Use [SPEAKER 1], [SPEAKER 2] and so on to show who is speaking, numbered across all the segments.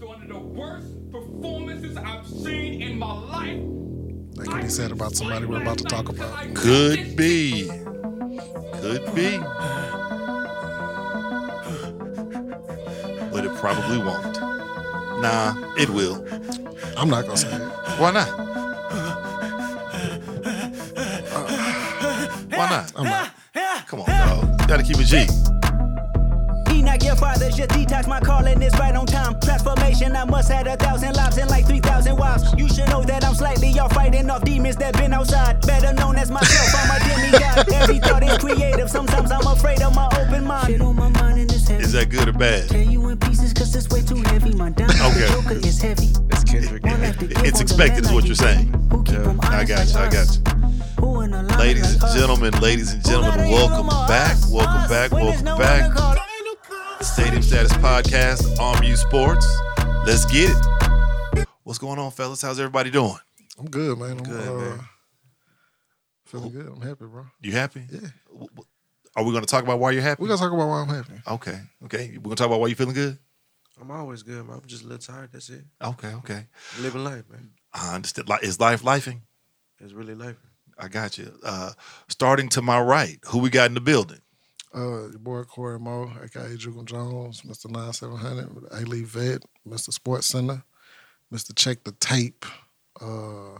[SPEAKER 1] one of the worst performances I've seen in my life.
[SPEAKER 2] That can be said about somebody we're about to talk about.
[SPEAKER 3] Could be. Could be. But it probably won't. Nah, it will.
[SPEAKER 2] I'm not gonna say it.
[SPEAKER 3] Why not? Uh, Why not?
[SPEAKER 2] I'm not.
[SPEAKER 3] Come on, dog. Gotta keep it G.
[SPEAKER 4] Enoch, your father should detox my calling. It's right on time. Transformation, I must had a thousand lives and like 3,000 wives. You should know that I'm slightly off fighting off demons that been outside. Better known as myself, I'm a demigod. Every thought is creative. Sometimes I'm afraid of my open mind.
[SPEAKER 5] on my mind and it's heavy.
[SPEAKER 3] Is that good or bad?
[SPEAKER 5] Tear you in pieces cause it's way too heavy. My diamond
[SPEAKER 3] Okay.
[SPEAKER 5] choker is heavy.
[SPEAKER 6] That's Kendrick.
[SPEAKER 3] It's expected, is what you're saying.
[SPEAKER 5] Who keep 'em
[SPEAKER 3] I
[SPEAKER 5] honest
[SPEAKER 3] got you. I
[SPEAKER 5] like
[SPEAKER 3] got
[SPEAKER 5] us?
[SPEAKER 3] you.
[SPEAKER 5] Who in a line
[SPEAKER 3] Ladies
[SPEAKER 5] like
[SPEAKER 3] and
[SPEAKER 5] us?
[SPEAKER 3] gentlemen, ladies and gentlemen, welcome back, welcome back, welcome back. Stadium Status Podcast, on Mute Sports. Let's get it. What's going on, fellas? How's everybody doing?
[SPEAKER 2] I'm good, man. I'm
[SPEAKER 3] Good,
[SPEAKER 2] uh,
[SPEAKER 3] man.
[SPEAKER 2] feeling good. I'm happy, bro.
[SPEAKER 3] You happy? Yeah. Are we going to talk about why you're happy?
[SPEAKER 2] We're gonna talk about why I'm happy.
[SPEAKER 3] okay, okay. We're going to talk about why you feeling good?
[SPEAKER 6] I'm always good, man. I'm just a little tired. That's it.
[SPEAKER 3] Okay, okay.
[SPEAKER 6] Living life, man.
[SPEAKER 3] I understand. Li- Is life lifing?
[SPEAKER 6] It's really life.
[SPEAKER 3] I got you. Uh, starting to my right, who we got in the building?
[SPEAKER 2] Uh, your boy Corey Moe, aka Jugal Jones, Mr. 9700, A Lee Vet, Mr. Sports Center, Mr. Check the Tape. Uh,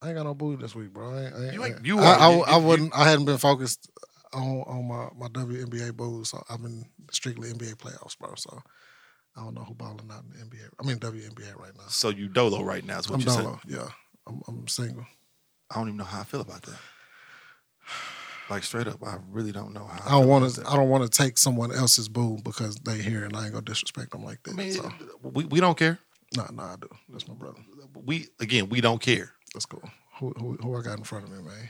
[SPEAKER 2] I ain't got no booty this week, bro. I ain't, I ain't,
[SPEAKER 3] You
[SPEAKER 2] I
[SPEAKER 3] ain't-
[SPEAKER 2] ain't-
[SPEAKER 3] you
[SPEAKER 2] I, I,
[SPEAKER 3] are- you-
[SPEAKER 2] I
[SPEAKER 3] you-
[SPEAKER 2] wouldn't. I hadn't been focused on on my my WNBA booze. So I've been strictly NBA playoffs, bro. So I don't know who balling out in the NBA. I mean WNBA right now.
[SPEAKER 3] So you dolo right now is what
[SPEAKER 2] I'm
[SPEAKER 3] you're saying.
[SPEAKER 2] dolo. Yeah, I'm, I'm single.
[SPEAKER 3] I don't even know how I feel about that. Like straight up, I really don't know how.
[SPEAKER 2] I don't want to. I don't want to take someone else's boo because they here and I ain't gonna disrespect them like that.
[SPEAKER 3] I mean,
[SPEAKER 2] so
[SPEAKER 3] we, we don't care.
[SPEAKER 2] nah, nah, I do. That's my brother.
[SPEAKER 3] We again, we don't care.
[SPEAKER 2] That's cool. Who, who, who I got in front of me, man?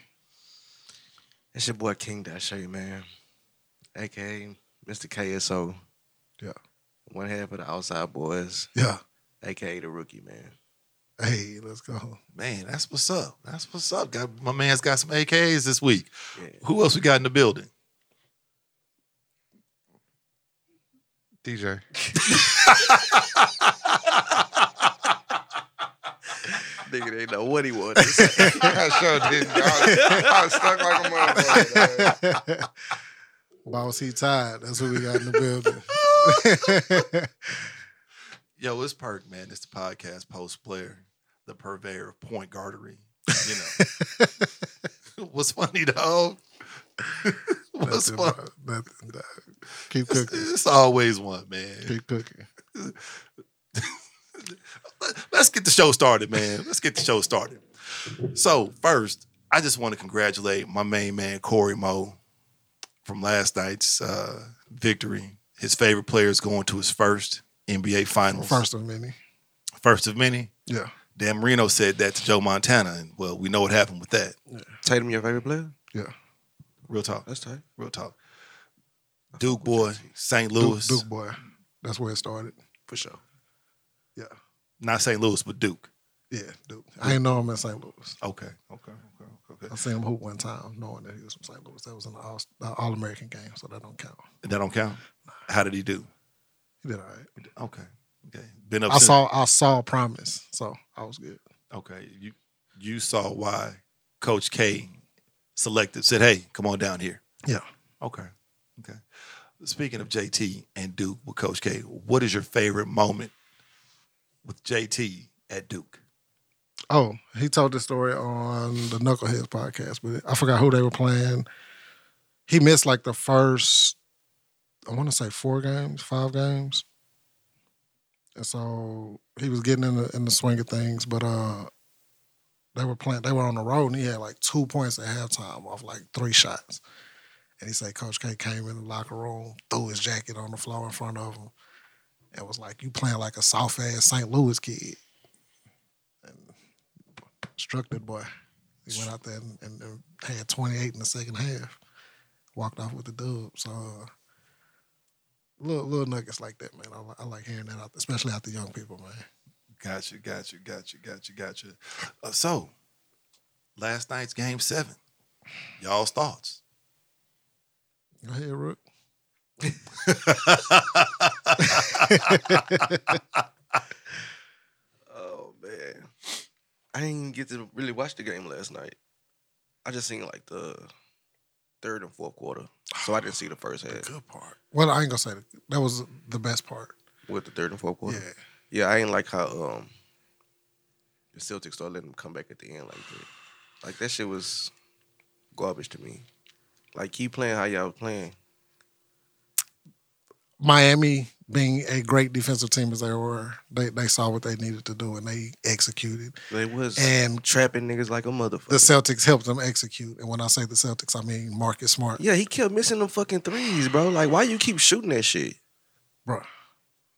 [SPEAKER 6] It's your boy King That Shirt, man. AKA Mr. KSO.
[SPEAKER 2] Yeah,
[SPEAKER 6] One half of the outside boys.
[SPEAKER 2] yeah.
[SPEAKER 6] AKA the rookie, man.
[SPEAKER 2] Hey, let's go.
[SPEAKER 3] Man, that's what's up. That's what's up. Got my man's got some AKs this week.
[SPEAKER 6] Yeah.
[SPEAKER 3] Who else we got in the building?
[SPEAKER 7] DJ.
[SPEAKER 6] Nigga didn't know what he wanted. to say.
[SPEAKER 7] I sure didn't. I was, I was stuck like a motherfucker. dog.
[SPEAKER 2] Boss, he tied. That's who we got in the building.
[SPEAKER 3] Yo, it's Perk, man. It's the podcast post player, the purveyor of point guardery. You know. What's funny though? What's
[SPEAKER 2] Nothing,
[SPEAKER 3] funny?
[SPEAKER 2] bro. Nothing, dog. Keep
[SPEAKER 3] It's,
[SPEAKER 2] cooking.
[SPEAKER 3] it's always one, man.
[SPEAKER 2] Keep cooking.
[SPEAKER 3] Let's get the show started, man. Let's get the show started. So, first, I just want to congratulate my main man, Corey Moe, from last night's uh, victory. His favorite player is going to his first NBA Finals.
[SPEAKER 2] First of many.
[SPEAKER 3] First of many.
[SPEAKER 2] Yeah.
[SPEAKER 3] Dan Marino said that to Joe Montana, and well, we know what happened with that.
[SPEAKER 6] Tatum, your favorite player?
[SPEAKER 2] Yeah.
[SPEAKER 3] Real talk.
[SPEAKER 6] That's tight.
[SPEAKER 3] Real talk. Duke boy, St.
[SPEAKER 2] Duke,
[SPEAKER 3] Louis.
[SPEAKER 2] Duke boy. That's where it started.
[SPEAKER 6] For sure.
[SPEAKER 2] Yeah.
[SPEAKER 3] Not St. Louis, but Duke.
[SPEAKER 2] Yeah. Duke. I ain't know him in St. Louis.
[SPEAKER 3] Okay. Okay. Okay. Okay.
[SPEAKER 2] I seen him hoop one time, knowing that he was from St. Louis. That was an all All American game, so that don't count.
[SPEAKER 3] That don't count. How did he do?
[SPEAKER 2] He did all right.
[SPEAKER 3] Okay. Okay. Been up
[SPEAKER 2] I
[SPEAKER 3] since-
[SPEAKER 2] saw I saw promise, so I was good.
[SPEAKER 3] Okay, you you saw why Coach K selected said, "Hey, come on down here."
[SPEAKER 2] Yeah.
[SPEAKER 3] Okay, okay. Speaking of JT and Duke with Coach K, what is your favorite moment with JT at Duke?
[SPEAKER 2] Oh, he told this story on the Knuckleheads podcast, but I forgot who they were playing. He missed like the first, I want to say four games, five games, and so he was getting in the in the swing of things. But uh, they were playing, they were on the road, and he had like two points at halftime off like three shots. And he said Coach K came in the locker room, threw his jacket on the floor in front of him, and was like, "You playing like a soft ass St. Louis kid." struck that boy. He went out there and, and, and had 28 in the second half. Walked off with the dub. So uh, little little nuggets like that, man. I, li- I like hearing that, out, especially out the young people, man.
[SPEAKER 3] Gotcha, gotcha, gotcha, gotcha, gotcha. Uh, so, last night's game seven, y'all's thoughts?
[SPEAKER 2] Go ahead, Rook.
[SPEAKER 6] Oh man, I didn't even get to really watch the game last night. I just seen like the third and fourth quarter, so I didn't see the first half.
[SPEAKER 3] Good part.
[SPEAKER 2] Well, I ain't gonna say that. That was the best part.
[SPEAKER 6] With the third and fourth quarter,
[SPEAKER 2] Yeah.
[SPEAKER 6] yeah, I ain't like how um the Celtics started letting them come back at the end like that. Like that shit was garbage to me. Like keep playing how y'all playing.
[SPEAKER 2] Miami being a great defensive team as they were, they, they saw what they needed to do and they executed.
[SPEAKER 6] They was
[SPEAKER 2] And
[SPEAKER 6] trapping niggas like a motherfucker.
[SPEAKER 2] The Celtics helped them execute. And when I say the Celtics, I mean Marcus Smart.
[SPEAKER 6] yeah, he kept missing them fucking threes, bro. Like why you keep shooting that shit?
[SPEAKER 2] Bro,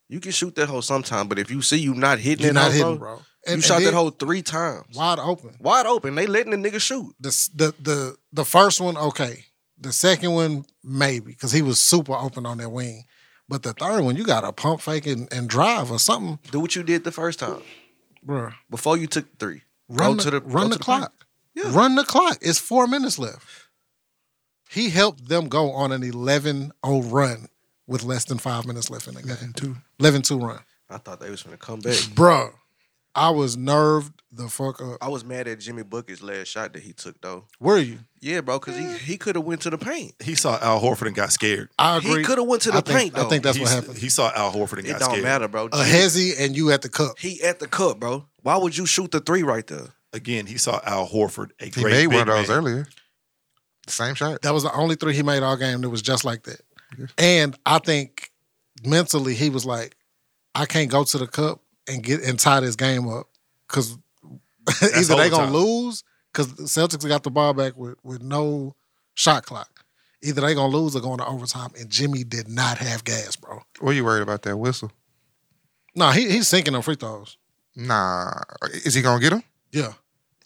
[SPEAKER 6] You can shoot that hole sometime, but if you see you not hitting
[SPEAKER 2] you're
[SPEAKER 6] it,
[SPEAKER 2] not
[SPEAKER 6] hoe,
[SPEAKER 2] hitting, bro.
[SPEAKER 6] You
[SPEAKER 2] And-
[SPEAKER 6] shot
[SPEAKER 2] and
[SPEAKER 6] that
[SPEAKER 2] then
[SPEAKER 6] hole three times.
[SPEAKER 2] wide open.
[SPEAKER 6] Wide open. They letting the nigga shoot.
[SPEAKER 2] The, s- the the the first one, okay. The second one, maybe, because he was super open on that wing. But the third one, you got to pump fake and, and drive or something,
[SPEAKER 6] Do what you did the first time.
[SPEAKER 2] bro.
[SPEAKER 6] Before you took three.
[SPEAKER 2] Run
[SPEAKER 6] go
[SPEAKER 2] the,
[SPEAKER 6] to the
[SPEAKER 2] run
[SPEAKER 6] go
[SPEAKER 2] the,
[SPEAKER 6] to
[SPEAKER 2] clock.
[SPEAKER 6] Yeah.
[SPEAKER 2] Run the clock. It's four minutes left. He helped them go on an 11 0 run with less than five minutes left in the game.
[SPEAKER 3] 2.
[SPEAKER 2] 11 2 run.
[SPEAKER 6] I thought they was gonna come back.
[SPEAKER 2] Bro, I was nerved the fuck up.
[SPEAKER 6] I was mad at Jimmy Bucket's last shot that he took though.
[SPEAKER 2] Were you?
[SPEAKER 6] Yeah, bro, because he, he could have went to the paint.
[SPEAKER 3] He saw Al Horford and got scared.
[SPEAKER 2] I
[SPEAKER 6] He
[SPEAKER 2] agree.
[SPEAKER 6] coulda went to the
[SPEAKER 2] I think,
[SPEAKER 6] paint,
[SPEAKER 2] I
[SPEAKER 6] though.
[SPEAKER 2] think that's what
[SPEAKER 3] He's-
[SPEAKER 2] happened.
[SPEAKER 3] He saw Al Horford and
[SPEAKER 6] It
[SPEAKER 3] got
[SPEAKER 6] don't
[SPEAKER 3] scared.
[SPEAKER 6] matter, bro.
[SPEAKER 2] a hezzy and you at the cup.
[SPEAKER 6] He at the cup, bro. Why would you shoot the three right there?
[SPEAKER 3] Again, he saw Al Horford, a
[SPEAKER 7] He
[SPEAKER 3] great
[SPEAKER 7] made one
[SPEAKER 3] big
[SPEAKER 7] of those
[SPEAKER 3] man.
[SPEAKER 7] earlier. Same shot.
[SPEAKER 2] That was the only three he made all game that was just like that. And I think mentally he was like, I can't go to the cup and get and tie this game up because either they gonna
[SPEAKER 3] overtime.
[SPEAKER 2] lose because the Celtics got the ball back with with no shot clock. Either they gonna lose or going to overtime. And Jimmy did not have gas, bro.
[SPEAKER 7] What you worried about that whistle?
[SPEAKER 2] No, he he's sinking on free throws.
[SPEAKER 7] Nah, is he gonna get him?
[SPEAKER 2] Yeah,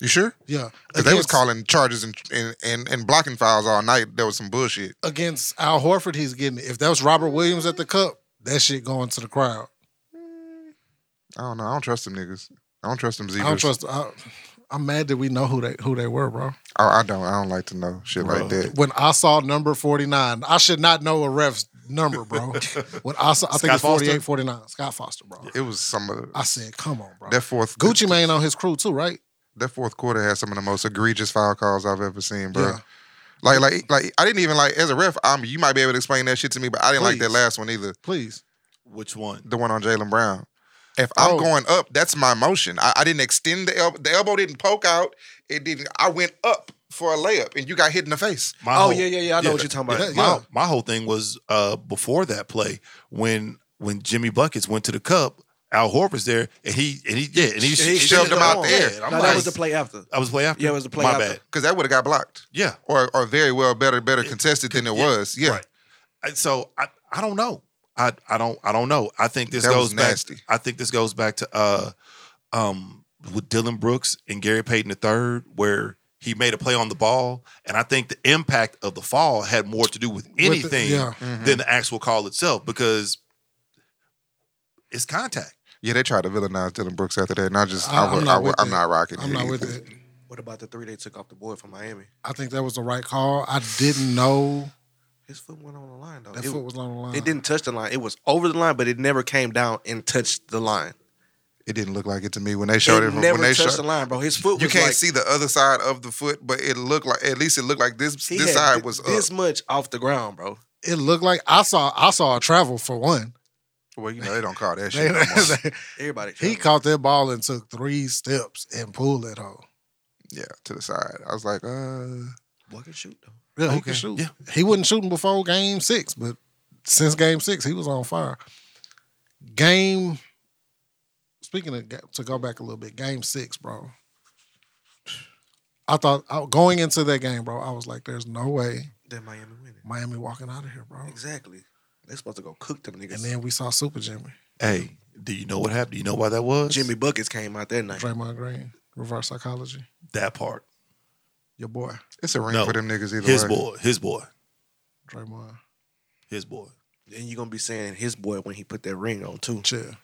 [SPEAKER 7] You sure?
[SPEAKER 2] yeah.
[SPEAKER 7] Because they was
[SPEAKER 2] Against-
[SPEAKER 7] calling charges and, and and and blocking fouls all night. That was some bullshit.
[SPEAKER 2] against Al Horford, he's getting it. If that was Robert Williams at the cup, that shit going to the crowd.
[SPEAKER 7] I don't know. I don't trust them niggas. I don't trust them zebras.
[SPEAKER 2] I don't trust. I, I'm mad that we know who they who they were, bro.
[SPEAKER 7] Oh, I don't. I don't like to know shit like that.
[SPEAKER 2] When I saw number 49, I should not know a ref's number, bro. when I saw, I think
[SPEAKER 3] Scott
[SPEAKER 2] it's 48,
[SPEAKER 3] Foster?
[SPEAKER 2] 49. Scott Foster, bro.
[SPEAKER 7] It was some of the,
[SPEAKER 2] I said, come on, bro.
[SPEAKER 7] that fourth
[SPEAKER 2] Gucci Mane on his crew too, right?
[SPEAKER 7] That fourth quarter had some of the most egregious foul calls I've ever seen, bro.
[SPEAKER 2] Yeah.
[SPEAKER 7] Like, like, like, I didn't even like as a ref. I'm, you might be able to explain that shit to me, but I didn't like that
[SPEAKER 2] Please.
[SPEAKER 7] last one either.
[SPEAKER 2] Please.
[SPEAKER 3] Which one?
[SPEAKER 7] The one on Jalen Brown. If I'm
[SPEAKER 2] Oh.
[SPEAKER 7] going up, that's my motion. I, I didn't extend the elbow. The elbow didn't poke out. It didn't. I went up for a layup, and you got hit in the face.
[SPEAKER 3] My
[SPEAKER 6] oh
[SPEAKER 3] whole-
[SPEAKER 6] yeah, yeah, yeah. I know what you're talking about.
[SPEAKER 2] Yeah.
[SPEAKER 3] My, my whole thing was uh, before that play when when Jimmy Buckets went to the cup, Al Horford's there and he and he yeah and he,
[SPEAKER 6] He
[SPEAKER 7] shoved him out there.
[SPEAKER 3] Yeah,
[SPEAKER 6] No,
[SPEAKER 3] I'm
[SPEAKER 6] that
[SPEAKER 3] like-
[SPEAKER 6] was the play after.
[SPEAKER 3] That was the play after.
[SPEAKER 6] Yeah, it was the play
[SPEAKER 3] My
[SPEAKER 6] after.
[SPEAKER 3] bad.
[SPEAKER 7] Because that would have got blocked,
[SPEAKER 3] Yeah,
[SPEAKER 7] or or very well better better contested than it was. Yeah,
[SPEAKER 3] Right. And so I, I don't know. I, I don't I don't know. I think this
[SPEAKER 7] That was
[SPEAKER 3] goes back.
[SPEAKER 7] nasty.
[SPEAKER 3] I think this goes back to uh um with Dylan Brooks and Gary Payton the third, where he made a play on the ball, and I think the impact of the fall had more to do with
[SPEAKER 2] the-
[SPEAKER 3] anything
[SPEAKER 2] yeah. Mm-hmm.
[SPEAKER 3] than the actual call itself because it's contact.
[SPEAKER 7] yeah. They tried to villainize Dylan Brooks after that, and I just
[SPEAKER 2] I-
[SPEAKER 7] I,
[SPEAKER 2] I'm
[SPEAKER 7] would,
[SPEAKER 2] not
[SPEAKER 7] I would,
[SPEAKER 2] with
[SPEAKER 7] I'm
[SPEAKER 2] it.
[SPEAKER 7] not rocking.
[SPEAKER 2] I'm not with it.
[SPEAKER 6] What about the three they took off the board for Miami?
[SPEAKER 2] I think that was the right call. I didn't know
[SPEAKER 6] His foot went on the line though.
[SPEAKER 2] that
[SPEAKER 6] It-
[SPEAKER 2] foot was on the line.
[SPEAKER 6] It didn't touch the line. It was over the line, but it never came down and touched the line.
[SPEAKER 7] It didn't look like it to me when they showed it.
[SPEAKER 6] it
[SPEAKER 7] from-
[SPEAKER 6] never
[SPEAKER 7] when they
[SPEAKER 6] touched
[SPEAKER 7] showed,
[SPEAKER 6] the line, bro. His foot
[SPEAKER 7] You
[SPEAKER 6] was
[SPEAKER 7] can't
[SPEAKER 6] like,
[SPEAKER 7] see the other side of the foot, but it looked like at least it looked like this
[SPEAKER 6] he
[SPEAKER 7] this
[SPEAKER 6] had
[SPEAKER 7] side
[SPEAKER 6] th-
[SPEAKER 7] was up.
[SPEAKER 6] this much off the ground, bro.
[SPEAKER 2] It looked like I saw I saw a travel for one.
[SPEAKER 7] well, you know they don't call that
[SPEAKER 2] They-
[SPEAKER 7] shit. no more.
[SPEAKER 2] they-
[SPEAKER 6] Everybody.
[SPEAKER 2] he
[SPEAKER 6] traveling.
[SPEAKER 2] caught that ball and took three steps and pulled it home.
[SPEAKER 7] yeah, to the side. I was like, uh,
[SPEAKER 6] Boy can shoot though.
[SPEAKER 2] Yeah, he can shoot.
[SPEAKER 3] Yeah.
[SPEAKER 2] He wasn't shooting before game six, but since game six, he was on fire. Game, speaking of, ga- to go back a little bit, game six, bro. I thought I- going into that game, bro, I was like, there's no way
[SPEAKER 6] Then Miami winning.
[SPEAKER 2] Miami walking out of here, bro.
[SPEAKER 6] Exactly. They supposed to go cook them niggas.
[SPEAKER 2] And then we saw Super Jimmy,
[SPEAKER 3] Hey, do you know what happened? Do you know why that was?
[SPEAKER 6] Jimmy Buckets came out that night.
[SPEAKER 2] Draymond Green, reverse psychology,
[SPEAKER 3] that part.
[SPEAKER 2] your boy,
[SPEAKER 7] it's a ring
[SPEAKER 3] No.
[SPEAKER 7] for them niggas either
[SPEAKER 3] His
[SPEAKER 7] way.
[SPEAKER 3] boy. His boy.
[SPEAKER 2] Draymond,
[SPEAKER 3] His boy.
[SPEAKER 6] And you're gonna be saying his boy when he put that ring on too.
[SPEAKER 2] chill.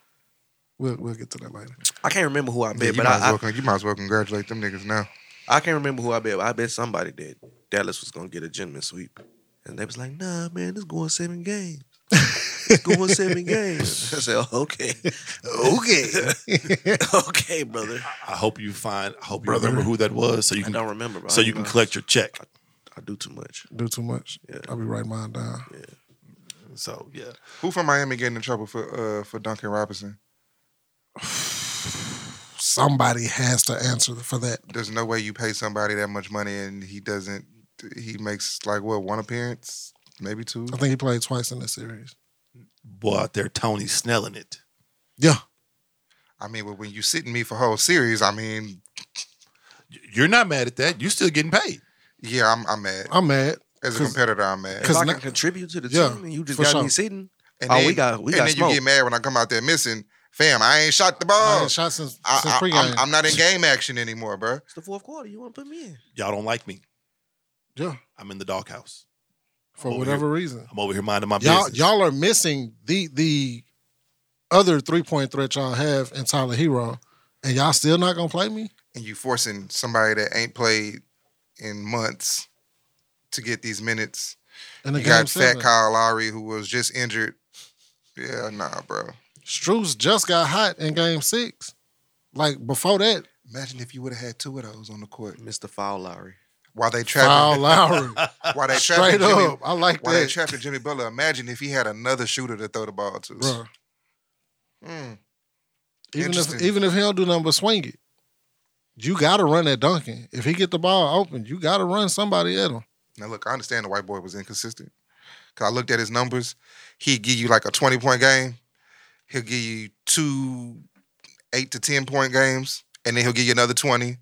[SPEAKER 2] We'll we'll get to that later.
[SPEAKER 6] I can't remember who I
[SPEAKER 7] Yeah,
[SPEAKER 6] bet,
[SPEAKER 7] you,
[SPEAKER 6] but
[SPEAKER 7] might as
[SPEAKER 6] I,
[SPEAKER 7] well, con- you might as well congratulate them niggas now.
[SPEAKER 6] I I can't remember who I bet. But I bet somebody that Dallas was gonna get a gentleman sweep, and they was like, Nah, man, this going seven games. Going seven games. I said, okay, okay, okay, brother.
[SPEAKER 3] I hope you find. I hope you remember who that was, so you can
[SPEAKER 6] don't remember, bro.
[SPEAKER 3] So you can collect your check.
[SPEAKER 6] I do too much.
[SPEAKER 2] Do too much. I'll be writing mine down.
[SPEAKER 3] So yeah,
[SPEAKER 7] Who from Miami getting in trouble for uh, for Duncan Robinson?
[SPEAKER 2] Somebody has to answer for that.
[SPEAKER 7] There's no way you pay somebody that much money and he doesn't. He makes like what one appearance, maybe two.
[SPEAKER 2] I think he played twice in this series.
[SPEAKER 3] boy, out there, Tony snelling it.
[SPEAKER 2] Yeah.
[SPEAKER 7] I mean, but when you sitting me for whole series, I mean,
[SPEAKER 3] Y- You're not mad at that. You're still getting paid.
[SPEAKER 7] yeah, I'm, I'm mad.
[SPEAKER 2] I'm mad.
[SPEAKER 7] As a
[SPEAKER 2] Uh, 'cause-
[SPEAKER 7] competitor, I'm mad.
[SPEAKER 6] If
[SPEAKER 2] 'Cause
[SPEAKER 6] I
[SPEAKER 2] now-
[SPEAKER 6] can contribute to the
[SPEAKER 2] Yeah,
[SPEAKER 6] team, and you just
[SPEAKER 2] for
[SPEAKER 6] got
[SPEAKER 2] sure.
[SPEAKER 6] me sitting.
[SPEAKER 7] And
[SPEAKER 6] oh, we got we
[SPEAKER 7] and
[SPEAKER 6] got
[SPEAKER 7] then
[SPEAKER 6] smoke.
[SPEAKER 7] you get mad when I come out there missing. Fam, I ain't shot the
[SPEAKER 2] I
[SPEAKER 7] ball.
[SPEAKER 2] ain't shot since,
[SPEAKER 7] Oh, I,
[SPEAKER 2] since
[SPEAKER 7] I,
[SPEAKER 2] pregame.
[SPEAKER 7] I'm, I'm not in game action anymore, bro.
[SPEAKER 6] It's the fourth quarter. You want to put me in?
[SPEAKER 3] Y'all don't like me.
[SPEAKER 2] yeah.
[SPEAKER 3] I'm in the doghouse.
[SPEAKER 2] For
[SPEAKER 3] over
[SPEAKER 2] whatever reason.
[SPEAKER 3] I'm over here minding my
[SPEAKER 2] Y'all,
[SPEAKER 3] business.
[SPEAKER 2] y'all are missing the the other three point threat y'all have in Tyler Hero, and y'all still not gonna play me.
[SPEAKER 7] And you forcing somebody that ain't played in months to get these minutes.
[SPEAKER 2] And the
[SPEAKER 7] You
[SPEAKER 2] game
[SPEAKER 7] got
[SPEAKER 2] seven,
[SPEAKER 7] Fat Kyle Lowry, who was just injured. Yeah, nah, bro.
[SPEAKER 2] Struz just got hot in game six. Like before that,
[SPEAKER 7] Imagine if you would have had two of those on the court
[SPEAKER 6] Mr. Foul Lowry.
[SPEAKER 7] while they
[SPEAKER 2] Kyle
[SPEAKER 7] trapping.
[SPEAKER 2] Lowry,
[SPEAKER 7] While they
[SPEAKER 2] straight
[SPEAKER 7] trapping Jimmy,
[SPEAKER 2] up. I like
[SPEAKER 7] while they
[SPEAKER 2] that,
[SPEAKER 7] trapping Jimmy Butler. Imagine if he had another shooter to throw the ball to.
[SPEAKER 2] bro.
[SPEAKER 7] Mm.
[SPEAKER 2] Even if
[SPEAKER 7] Interesting.
[SPEAKER 2] even if he don't do nothing but swing it, you gotta run that Duncan. If he get the ball open, you gotta run somebody at him.
[SPEAKER 7] Now look, I understand the white boy was inconsistent. Cause I looked at his numbers. He'd give you like a 20 point game. He'll give you two eight to ten point games. And then he'll give you another 20.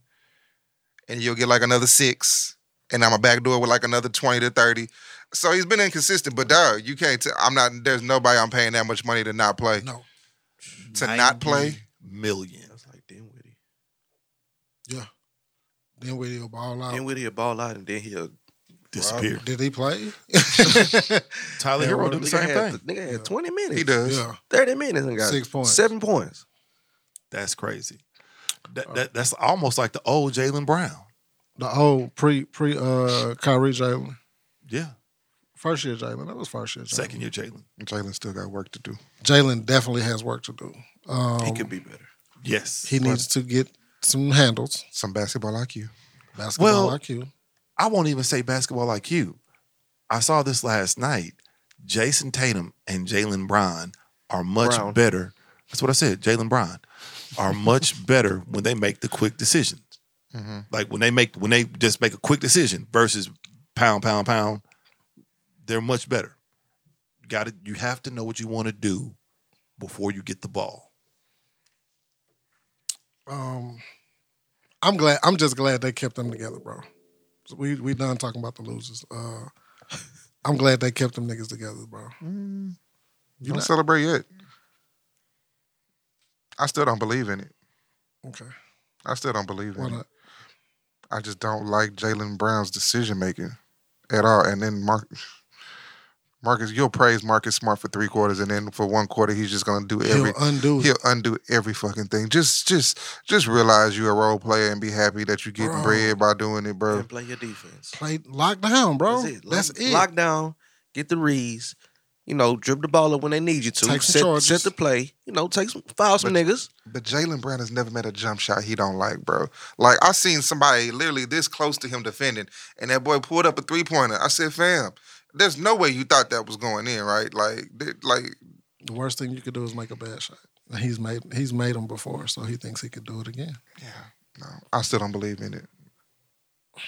[SPEAKER 7] And you'll get like another six. And I'm a backdoor with like another 20 to 30. So he's been inconsistent, but dog, you can't tell I'm not there's nobody I'm paying that much money to not play.
[SPEAKER 2] No,
[SPEAKER 7] To not play.
[SPEAKER 3] 90 million.
[SPEAKER 6] That's like Dinwiddie.
[SPEAKER 2] yeah. Then we will ball out.
[SPEAKER 6] Dinwiddie will ball out, and then he'll
[SPEAKER 3] Disappear.
[SPEAKER 2] Did he play?
[SPEAKER 3] Tyler
[SPEAKER 2] Yeah,
[SPEAKER 3] Hero
[SPEAKER 2] well,
[SPEAKER 3] did the
[SPEAKER 6] nigga
[SPEAKER 3] same
[SPEAKER 6] had,
[SPEAKER 3] thing.
[SPEAKER 6] nigga had twenty minutes.
[SPEAKER 7] He does.
[SPEAKER 2] yeah.
[SPEAKER 6] thirty minutes and got
[SPEAKER 2] Six points.
[SPEAKER 6] seven points.
[SPEAKER 3] That's crazy.
[SPEAKER 7] Oh.
[SPEAKER 3] That, that, that's almost like the old Jalen Brown.
[SPEAKER 2] The old pre pre uh Kyrie Jalen.
[SPEAKER 3] Yeah.
[SPEAKER 2] First year Jalen. That was first year Jalen.
[SPEAKER 3] Second year Jalen.
[SPEAKER 7] Jalen still got work to do.
[SPEAKER 2] Jalen definitely has work to do. Um,
[SPEAKER 6] He
[SPEAKER 2] he,
[SPEAKER 6] could be better.
[SPEAKER 3] Yes.
[SPEAKER 2] needs to get some handles.
[SPEAKER 7] Some basketball IQ.
[SPEAKER 2] Basketball
[SPEAKER 3] Well-
[SPEAKER 2] IQ.
[SPEAKER 3] I won't even say basketball like you. I saw this last night. Jason Tatum and Jalen Brown are much
[SPEAKER 6] Brown.
[SPEAKER 3] better. That's what I said. Jalen Brown are much better when they make the quick decisions.
[SPEAKER 6] Mm-hmm.
[SPEAKER 3] Like when they make when they just make a quick decision versus pound pound pound. They're much better. Got to You have to know what you want to do before you get the ball.
[SPEAKER 2] Um, I'm glad. I'm just glad they kept them together, bro. We we done talking about the losers. Uh, I'm glad they kept them niggas together, bro.
[SPEAKER 6] Mm.
[SPEAKER 7] You don't celebrate yet. I still don't believe in it.
[SPEAKER 2] Okay, uh,
[SPEAKER 7] I still don't believe in
[SPEAKER 2] why
[SPEAKER 7] it.
[SPEAKER 2] not?
[SPEAKER 7] I just don't like Jalen Brown's decision making at all. And then Mark, Marcus, you'll praise Marcus Smart for three quarters, and then for one quarter he's just gonna do every.
[SPEAKER 2] He'll undo it.
[SPEAKER 7] He'll undo every fucking thing. Just, just, just realize you're a role player and be happy that you're getting
[SPEAKER 2] Bro.
[SPEAKER 7] bread by doing it, bro.
[SPEAKER 6] And play your defense.
[SPEAKER 2] Play lockdown, bro.
[SPEAKER 6] That's it. Lock,
[SPEAKER 2] That's it.
[SPEAKER 6] Lock down, get the reads. You know, dribble the ball up when they need you to.
[SPEAKER 2] Take some
[SPEAKER 6] set,
[SPEAKER 2] charges.
[SPEAKER 6] set the play. You know, take some foul some niggas.
[SPEAKER 7] But Jalen Brown has never met a jump shot he don't like, bro. Like I seen somebody literally this close to him defending, and that boy pulled up a three pointer. I said, "Fam, there's no way you thought that was going in, right? Like, th- like
[SPEAKER 2] The worst thing you could do is make a bad shot. And He's made he's made them before, so he thinks he could do it again.
[SPEAKER 7] no, I still don't believe in it.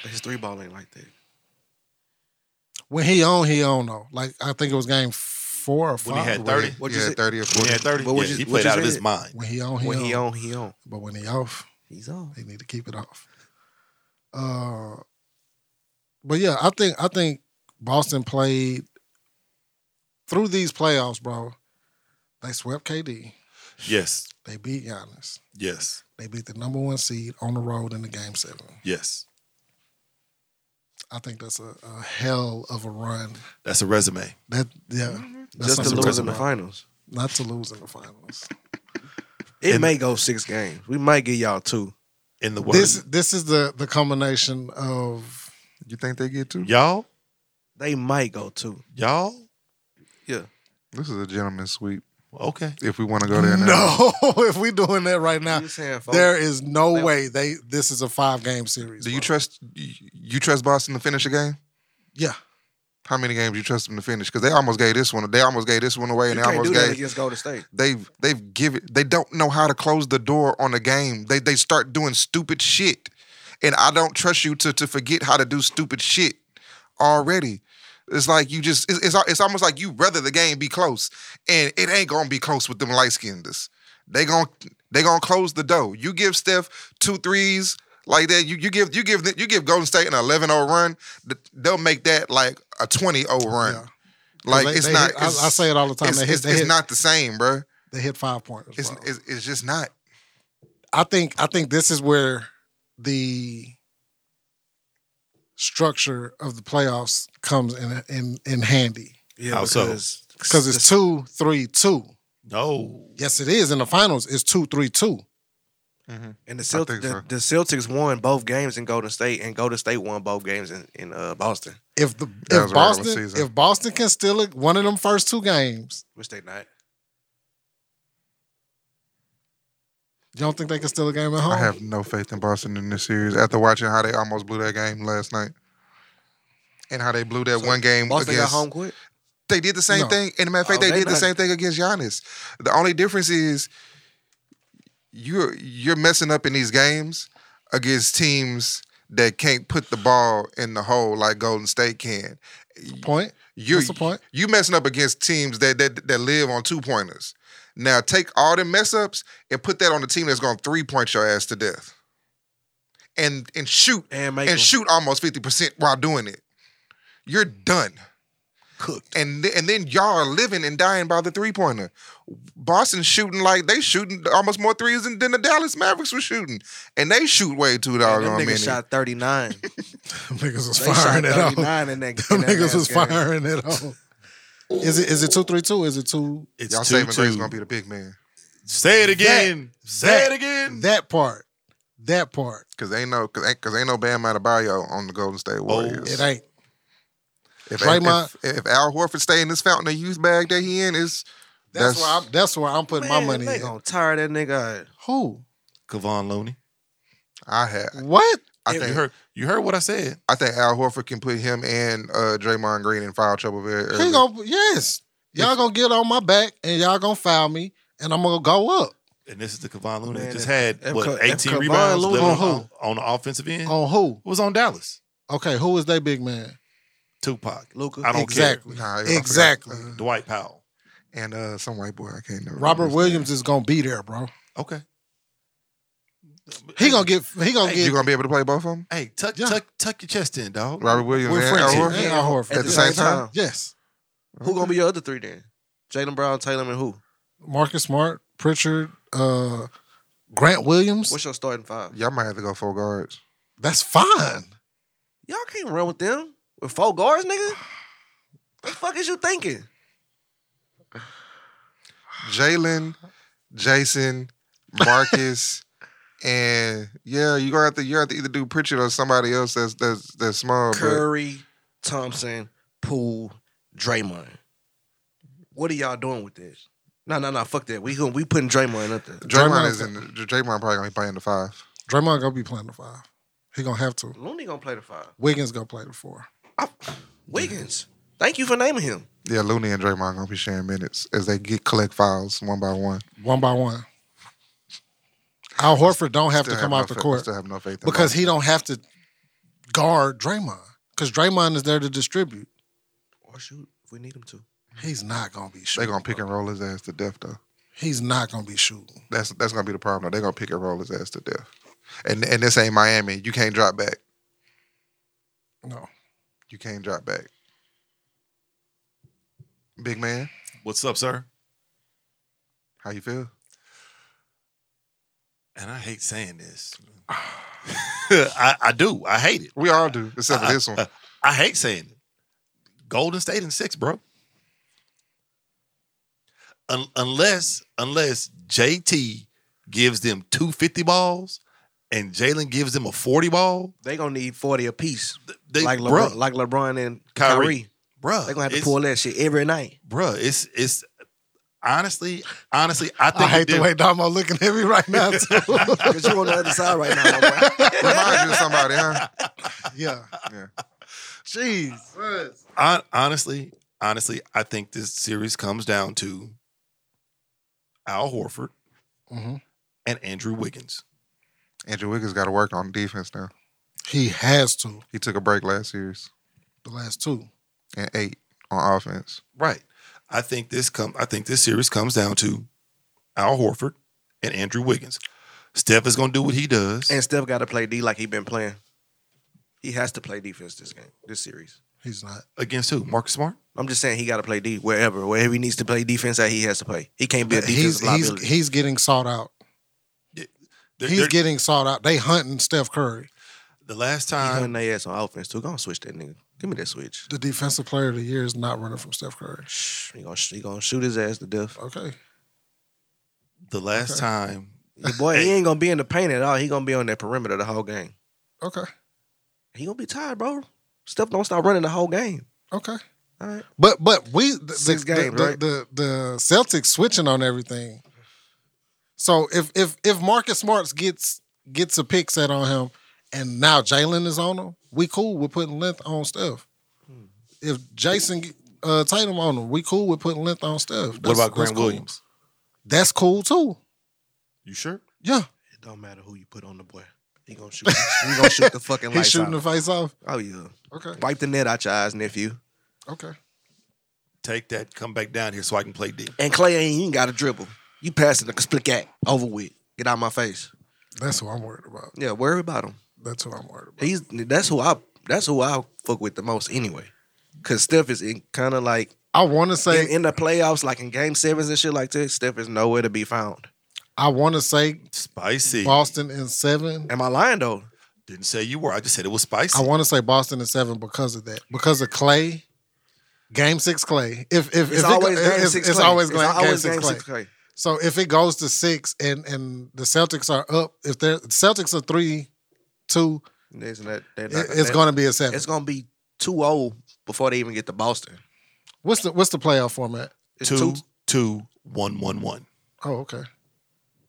[SPEAKER 6] But his three ball ain't like that.
[SPEAKER 2] When he on, he on though. Like I think it was game four or five.
[SPEAKER 3] When he had thirty,
[SPEAKER 6] What'd you
[SPEAKER 7] yeah,
[SPEAKER 6] say?
[SPEAKER 7] thirty or
[SPEAKER 3] when
[SPEAKER 7] forty.
[SPEAKER 3] he had thirty,
[SPEAKER 6] What was
[SPEAKER 3] yeah,
[SPEAKER 6] you-
[SPEAKER 3] he
[SPEAKER 6] what
[SPEAKER 3] played
[SPEAKER 6] you
[SPEAKER 3] out of his
[SPEAKER 6] said?
[SPEAKER 3] mind.
[SPEAKER 2] When he on, he,
[SPEAKER 6] when
[SPEAKER 2] on.
[SPEAKER 6] he on, he on.
[SPEAKER 2] But when he off,
[SPEAKER 6] He's on.
[SPEAKER 2] they need to keep it off. Uh, but yeah, I think I think Boston played through these playoffs, bro. They swept KD.
[SPEAKER 3] Yes,
[SPEAKER 2] They beat Giannis.
[SPEAKER 3] yes,
[SPEAKER 2] They beat the number one seed on the road in the game seven.
[SPEAKER 3] yes.
[SPEAKER 2] I think that's a, a hell of a run.
[SPEAKER 3] That's a resume.
[SPEAKER 2] That yeah, that's
[SPEAKER 6] Just to
[SPEAKER 2] something
[SPEAKER 6] lose in the
[SPEAKER 2] about.
[SPEAKER 6] finals.
[SPEAKER 2] Not to lose in the finals.
[SPEAKER 6] It may go six games. We might get y'all two.
[SPEAKER 3] in the
[SPEAKER 2] This
[SPEAKER 3] words.
[SPEAKER 2] this is the the combination of
[SPEAKER 7] You think they get two?
[SPEAKER 3] Y'all,
[SPEAKER 6] They might go two.
[SPEAKER 3] y'all,
[SPEAKER 6] Yeah.
[SPEAKER 7] This is a gentleman's sweep.
[SPEAKER 3] Okay.
[SPEAKER 7] If we want to go there now.
[SPEAKER 2] No, if we doing that right now,
[SPEAKER 6] You saying four?
[SPEAKER 2] there is no way they. This is a five game series.
[SPEAKER 7] Do you
[SPEAKER 2] bro.
[SPEAKER 7] trust you, you trust Boston to finish a game?
[SPEAKER 2] Yeah,
[SPEAKER 7] How many games you trust them to finish? Because they almost gave this one. They almost gave this one away,
[SPEAKER 6] You
[SPEAKER 7] and they
[SPEAKER 6] can't
[SPEAKER 7] almost
[SPEAKER 6] do that
[SPEAKER 7] gave.
[SPEAKER 6] against Golden State.
[SPEAKER 7] They've they've given. They don't know how to close the door on the game. They they start doing stupid shit, and I don't trust you to to forget how to do stupid shit already. It's like you just it's it's, al- it's almost like you rather the game be close, and it ain't gonna be close with them light skinners. They gonna they gonna close the door. You give Steph two threes like that. You you give you give the- you give Golden State an 11-0 run. th- They'll make that like a 20-0 run.
[SPEAKER 2] Yeah.
[SPEAKER 7] Like
[SPEAKER 2] They-
[SPEAKER 7] it's
[SPEAKER 2] they
[SPEAKER 7] not.
[SPEAKER 2] hit- I-
[SPEAKER 7] it's-
[SPEAKER 2] I say it all the time.
[SPEAKER 7] It's,
[SPEAKER 2] They hit-
[SPEAKER 7] it's-
[SPEAKER 2] they
[SPEAKER 7] it's
[SPEAKER 2] hit-
[SPEAKER 7] not the same, bro.
[SPEAKER 2] they hit five pointers.
[SPEAKER 7] It's,
[SPEAKER 2] bro.
[SPEAKER 7] it's it's just not.
[SPEAKER 2] I think I think this is where the structure of the playoffs comes in in in handy
[SPEAKER 6] Yeah,
[SPEAKER 3] How so?
[SPEAKER 6] because
[SPEAKER 2] because it's two three two.
[SPEAKER 3] No.
[SPEAKER 2] Yes, it is in the finals. It's two three two.
[SPEAKER 6] And the, Celt-
[SPEAKER 7] think
[SPEAKER 6] the,
[SPEAKER 7] so.
[SPEAKER 6] the Celtics won both games in Golden State, and Golden State won both games in, in uh, Boston,
[SPEAKER 2] If the
[SPEAKER 7] That
[SPEAKER 2] if
[SPEAKER 7] was a regular
[SPEAKER 2] Boston
[SPEAKER 7] season.
[SPEAKER 2] if Boston can steal it, one of them first two games,
[SPEAKER 6] which they not.
[SPEAKER 2] you don't think they can steal a game at home?
[SPEAKER 7] I have no faith in Boston in this series after watching how they almost blew that game last night. And how they blew that one game
[SPEAKER 6] Boston
[SPEAKER 7] against
[SPEAKER 6] got home quick.
[SPEAKER 7] They did the same
[SPEAKER 2] No.
[SPEAKER 7] thing. And a matter of fact,
[SPEAKER 6] Oh,
[SPEAKER 7] they,
[SPEAKER 6] they
[SPEAKER 7] did the
[SPEAKER 6] not-
[SPEAKER 7] same thing against Giannis. The only difference is you're you're messing up in these games against teams that can't put the ball in the hole like Golden State can.
[SPEAKER 2] Point.
[SPEAKER 7] You,
[SPEAKER 2] What's the point?
[SPEAKER 7] You messing up against teams that that that live on two pointers. Now take all them mess ups and put that on the team that's gonna three point your ass to death. And and shoot
[SPEAKER 6] And make
[SPEAKER 7] and
[SPEAKER 6] them.
[SPEAKER 7] shoot almost fifty percent while doing it. You're done. Cooked. And th- and then y'all are living and dying by the three pointer. Boston shooting like they shooting almost more threes than, than the Dallas Mavericks were shooting, and they shoot way too
[SPEAKER 2] Oh,
[SPEAKER 6] That
[SPEAKER 7] doggone many.
[SPEAKER 6] nigga shot 39. They
[SPEAKER 2] Them niggas was
[SPEAKER 6] shot
[SPEAKER 2] firing it off.
[SPEAKER 6] 39 in that, in that
[SPEAKER 2] Them niggas
[SPEAKER 6] last
[SPEAKER 2] was
[SPEAKER 6] game.
[SPEAKER 2] firing it off. Is it is it two three two? Is it two?
[SPEAKER 3] It's
[SPEAKER 7] Y'all
[SPEAKER 3] two,
[SPEAKER 7] saving grace
[SPEAKER 3] two.
[SPEAKER 7] gonna be the big man
[SPEAKER 3] Say it again. Say
[SPEAKER 2] that-
[SPEAKER 3] it again.
[SPEAKER 2] That part. That part.
[SPEAKER 7] because ain't no because ain't, 'cause ain't no Bam Adebayo on the Golden State Warriors.
[SPEAKER 2] It ain't.
[SPEAKER 7] If,
[SPEAKER 2] Draymond-
[SPEAKER 7] if, if Al Horford stay in this fountain of youth bag that he in, is
[SPEAKER 2] That's,
[SPEAKER 7] That's-
[SPEAKER 2] where I'm. That's where I'm putting
[SPEAKER 6] Man,
[SPEAKER 2] my money.
[SPEAKER 6] They
[SPEAKER 2] in.
[SPEAKER 6] gonna tire that nigga out.
[SPEAKER 2] Who?
[SPEAKER 3] Kevon Looney.
[SPEAKER 7] I had
[SPEAKER 2] What?
[SPEAKER 7] I
[SPEAKER 3] Yeah, you
[SPEAKER 7] think
[SPEAKER 3] heard you heard what I said.
[SPEAKER 7] I think Al Horford can put him and uh, Draymond Green in foul trouble very early.
[SPEAKER 2] He gonna yes. Y'all gonna get on my back and y'all gonna foul me and I'm gonna go up
[SPEAKER 3] And this is the Kevon Looney. that
[SPEAKER 6] Man,
[SPEAKER 3] just
[SPEAKER 6] if-
[SPEAKER 3] had
[SPEAKER 6] if
[SPEAKER 3] what
[SPEAKER 6] Ke- if
[SPEAKER 3] 18
[SPEAKER 6] Kevon
[SPEAKER 3] rebounds
[SPEAKER 6] Looney-
[SPEAKER 3] 11
[SPEAKER 2] On
[SPEAKER 3] on, on the offensive end.
[SPEAKER 2] on who?
[SPEAKER 3] it was on Dallas.
[SPEAKER 2] Okay, who is that big man?
[SPEAKER 3] Tupac.
[SPEAKER 6] Luka.
[SPEAKER 3] I don't
[SPEAKER 2] exactly.
[SPEAKER 7] Nah, I forgot.
[SPEAKER 2] exactly.
[SPEAKER 3] care. Dwight Powell.
[SPEAKER 7] And uh, some white boy I can't remember.
[SPEAKER 2] Robert
[SPEAKER 7] his
[SPEAKER 2] Williams is gonna be there, bro.
[SPEAKER 3] Okay.
[SPEAKER 2] He gonna get. He gonna
[SPEAKER 7] name.
[SPEAKER 2] get.
[SPEAKER 7] You gonna be able to play both of them?
[SPEAKER 3] Hey, tuck
[SPEAKER 2] Yeah.
[SPEAKER 3] tuck tuck your chest in, dog.
[SPEAKER 7] Robert Williams
[SPEAKER 2] We're
[SPEAKER 7] and
[SPEAKER 2] friends
[SPEAKER 7] Al
[SPEAKER 2] here.
[SPEAKER 7] Horford.
[SPEAKER 2] And Al Horford.
[SPEAKER 7] At the same time?
[SPEAKER 2] yes,
[SPEAKER 6] Who gonna be your other three then? Jalen Brown, Taylor, and who?
[SPEAKER 2] Marcus Smart, Pritchard, uh, Grant Williams.
[SPEAKER 6] What's your starting five?
[SPEAKER 7] Y'all might have to go four guards.
[SPEAKER 2] That's fine.
[SPEAKER 6] Y'all can't run with them with four guards, nigga. What the fuck is you thinking?
[SPEAKER 7] Jalen, Jason, Marcus, and yeah, you gonna have to you have to either do Pritchard or somebody else that's that's that's small. but-
[SPEAKER 6] Curry, Thompson, Poole, Draymond. What are y'all doing with this? No, no, no. Fuck that. We gonna- we putting Draymond up there.
[SPEAKER 7] Draymond,
[SPEAKER 2] Draymond-
[SPEAKER 7] is in. Draymond probably gonna be playing the five.
[SPEAKER 2] Draymond gonna be playing the five. He gonna have to.
[SPEAKER 6] Looney gonna play the five.
[SPEAKER 2] Wiggins gonna play the four.
[SPEAKER 6] Wiggins. Thank you for naming him.
[SPEAKER 7] Yeah, Looney and Draymond gonna be sharing minutes as they get collect files one by one.
[SPEAKER 2] one by one. Al Horford don't have
[SPEAKER 7] Still
[SPEAKER 2] to come
[SPEAKER 7] no
[SPEAKER 2] out the
[SPEAKER 7] fa-
[SPEAKER 2] court
[SPEAKER 7] Still have no faith in
[SPEAKER 2] because he don't have to guard Draymond because Draymond is there to distribute.
[SPEAKER 6] Or shoot, if we need him to.
[SPEAKER 2] He's not gonna be
[SPEAKER 7] they're
[SPEAKER 2] shooting.
[SPEAKER 7] gonna pick and roll his ass to death though.
[SPEAKER 2] He's not gonna be shooting.
[SPEAKER 7] That's that's gonna be the problem. though. They're gonna pick and roll his ass to death. And and this ain't Miami. You can't drop back.
[SPEAKER 2] No,
[SPEAKER 7] You can't drop back. Big man,
[SPEAKER 3] What's up, sir?
[SPEAKER 7] how you feel?
[SPEAKER 3] And I hate saying this. I, I do. I hate it.
[SPEAKER 7] We all do, except for this one.
[SPEAKER 3] I hate saying it. Golden State in six, bro. Un- unless unless JT gives them two fifty balls and Jalen gives them a forty ball,
[SPEAKER 6] They gonna need 40 apiece.
[SPEAKER 3] they
[SPEAKER 6] like
[SPEAKER 3] bro,
[SPEAKER 6] LeBron, like LeBron and
[SPEAKER 3] Kyrie.
[SPEAKER 6] Kyrie.
[SPEAKER 3] bruh.
[SPEAKER 6] They're gonna have to
[SPEAKER 3] it's-
[SPEAKER 6] pull that shit every night.
[SPEAKER 3] bruh. It's it's honestly, honestly, I think
[SPEAKER 2] I hate
[SPEAKER 3] the
[SPEAKER 2] the
[SPEAKER 3] diff-
[SPEAKER 2] way Damo looking at me right now. Too.
[SPEAKER 6] Because you're on the other side right now, my boy.
[SPEAKER 7] Remind you of somebody, huh?
[SPEAKER 2] yeah.
[SPEAKER 7] Yeah.
[SPEAKER 2] Jeez.
[SPEAKER 3] hon- honestly, honestly, I think this series comes down to Al Horford
[SPEAKER 2] Mhm.
[SPEAKER 3] and Andrew Wiggins.
[SPEAKER 7] Andrew Wiggins got to work on defense now.
[SPEAKER 2] He has to.
[SPEAKER 7] He took a break last series
[SPEAKER 2] The last two.
[SPEAKER 7] and eight on offense.
[SPEAKER 3] Right. I think this come. I think this series comes down to Al Horford and Andrew Wiggins. Steph is going to do what he does.
[SPEAKER 6] And Steph got to play D like he been playing. He has to play defense this game, this series.
[SPEAKER 2] He's not.
[SPEAKER 3] against who? Marcus Smart.
[SPEAKER 6] I'm just saying he got to play D wherever, wherever he needs to play defense that he has to play. He can't be a
[SPEAKER 2] He's
[SPEAKER 6] defensive
[SPEAKER 2] he's
[SPEAKER 6] liability.
[SPEAKER 2] he's getting sought out.
[SPEAKER 3] They're-
[SPEAKER 2] he's
[SPEAKER 3] they're-
[SPEAKER 2] getting sought out. They hunting Steph Curry,
[SPEAKER 3] the last
[SPEAKER 2] uh,
[SPEAKER 6] He
[SPEAKER 3] time.
[SPEAKER 6] hunting their ass on offense too. Go on, switch that nigga. Give me that switch.
[SPEAKER 2] the defensive player of the year, is not running from Steph Curry.
[SPEAKER 6] He gonna, he gonna shoot his ass to death.
[SPEAKER 2] Okay.
[SPEAKER 3] The last time.
[SPEAKER 6] Your boy, he ain't gonna be in the paint at all. He gonna be on that perimeter the whole game.
[SPEAKER 2] Okay.
[SPEAKER 6] He gonna be tired, bro. Steph don't stop running the whole game.
[SPEAKER 2] Okay.
[SPEAKER 6] All right.
[SPEAKER 2] But but we the,
[SPEAKER 6] Six
[SPEAKER 2] the,
[SPEAKER 6] games,
[SPEAKER 2] the,
[SPEAKER 6] right?
[SPEAKER 2] the the Celtics switching on everything. So if if if Marcus Smart's gets gets a pick set on him, and now Jalen is on him, we cool with putting length on Steph.
[SPEAKER 6] Hmm.
[SPEAKER 2] If Jason uh, Tatum on him, we cool with putting length on Steph.
[SPEAKER 3] What
[SPEAKER 2] That's-
[SPEAKER 3] about
[SPEAKER 2] that's
[SPEAKER 3] Grant
[SPEAKER 2] cool.
[SPEAKER 3] Williams?
[SPEAKER 2] That's cool too.
[SPEAKER 3] You sure?
[SPEAKER 2] Yeah,
[SPEAKER 6] It don't matter who you put on the boy. He gonna shoot. he gonna shoot the fucking
[SPEAKER 2] he's
[SPEAKER 6] lights
[SPEAKER 2] shooting
[SPEAKER 6] out.
[SPEAKER 2] the face off.
[SPEAKER 6] oh yeah.
[SPEAKER 2] Okay,
[SPEAKER 6] Wipe the net out your eyes, nephew.
[SPEAKER 2] okay.
[SPEAKER 3] Take that. Come back down here so I can play D.
[SPEAKER 6] And Clay ain't even got a dribble. You passing the split cat over with. Get out of my face.
[SPEAKER 2] That's who I'm worried about.
[SPEAKER 6] Yeah, worry about him.
[SPEAKER 2] That's who I'm worried about.
[SPEAKER 6] He's that's who I that's who I fuck with the most anyway. Cause Steph is in kind of like
[SPEAKER 2] I want to
[SPEAKER 6] in,
[SPEAKER 2] say
[SPEAKER 6] in the playoffs, like in game sevens and shit like this. Steph is nowhere to be found.
[SPEAKER 2] I want to say
[SPEAKER 3] Spicy.
[SPEAKER 2] Boston in seven.
[SPEAKER 6] Am I lying though?
[SPEAKER 3] Didn't say you were. I just said it was
[SPEAKER 2] I
[SPEAKER 3] spicy.
[SPEAKER 2] want to say Boston in seven because of that. Because of Clay, Game Six Clay. If if
[SPEAKER 6] It's
[SPEAKER 2] if
[SPEAKER 6] always
[SPEAKER 2] it,
[SPEAKER 6] game
[SPEAKER 2] it's,
[SPEAKER 6] six.
[SPEAKER 2] it's
[SPEAKER 6] Clay.
[SPEAKER 2] always, gonna- game,
[SPEAKER 6] always
[SPEAKER 2] six,
[SPEAKER 6] game
[SPEAKER 2] Clay.
[SPEAKER 6] six Clay.
[SPEAKER 2] So if it goes to six and and the Celtics are up, if they're the Celtics are three, two,
[SPEAKER 6] Isn't that, they're
[SPEAKER 2] it-
[SPEAKER 6] not-
[SPEAKER 2] it's
[SPEAKER 6] that-
[SPEAKER 2] going to be a seven.
[SPEAKER 6] it's gonna be too old before they even get to Boston.
[SPEAKER 2] what's the what's the playoff format?
[SPEAKER 6] It's
[SPEAKER 3] Two,
[SPEAKER 6] too
[SPEAKER 3] two, one, one, one.
[SPEAKER 2] Oh, okay.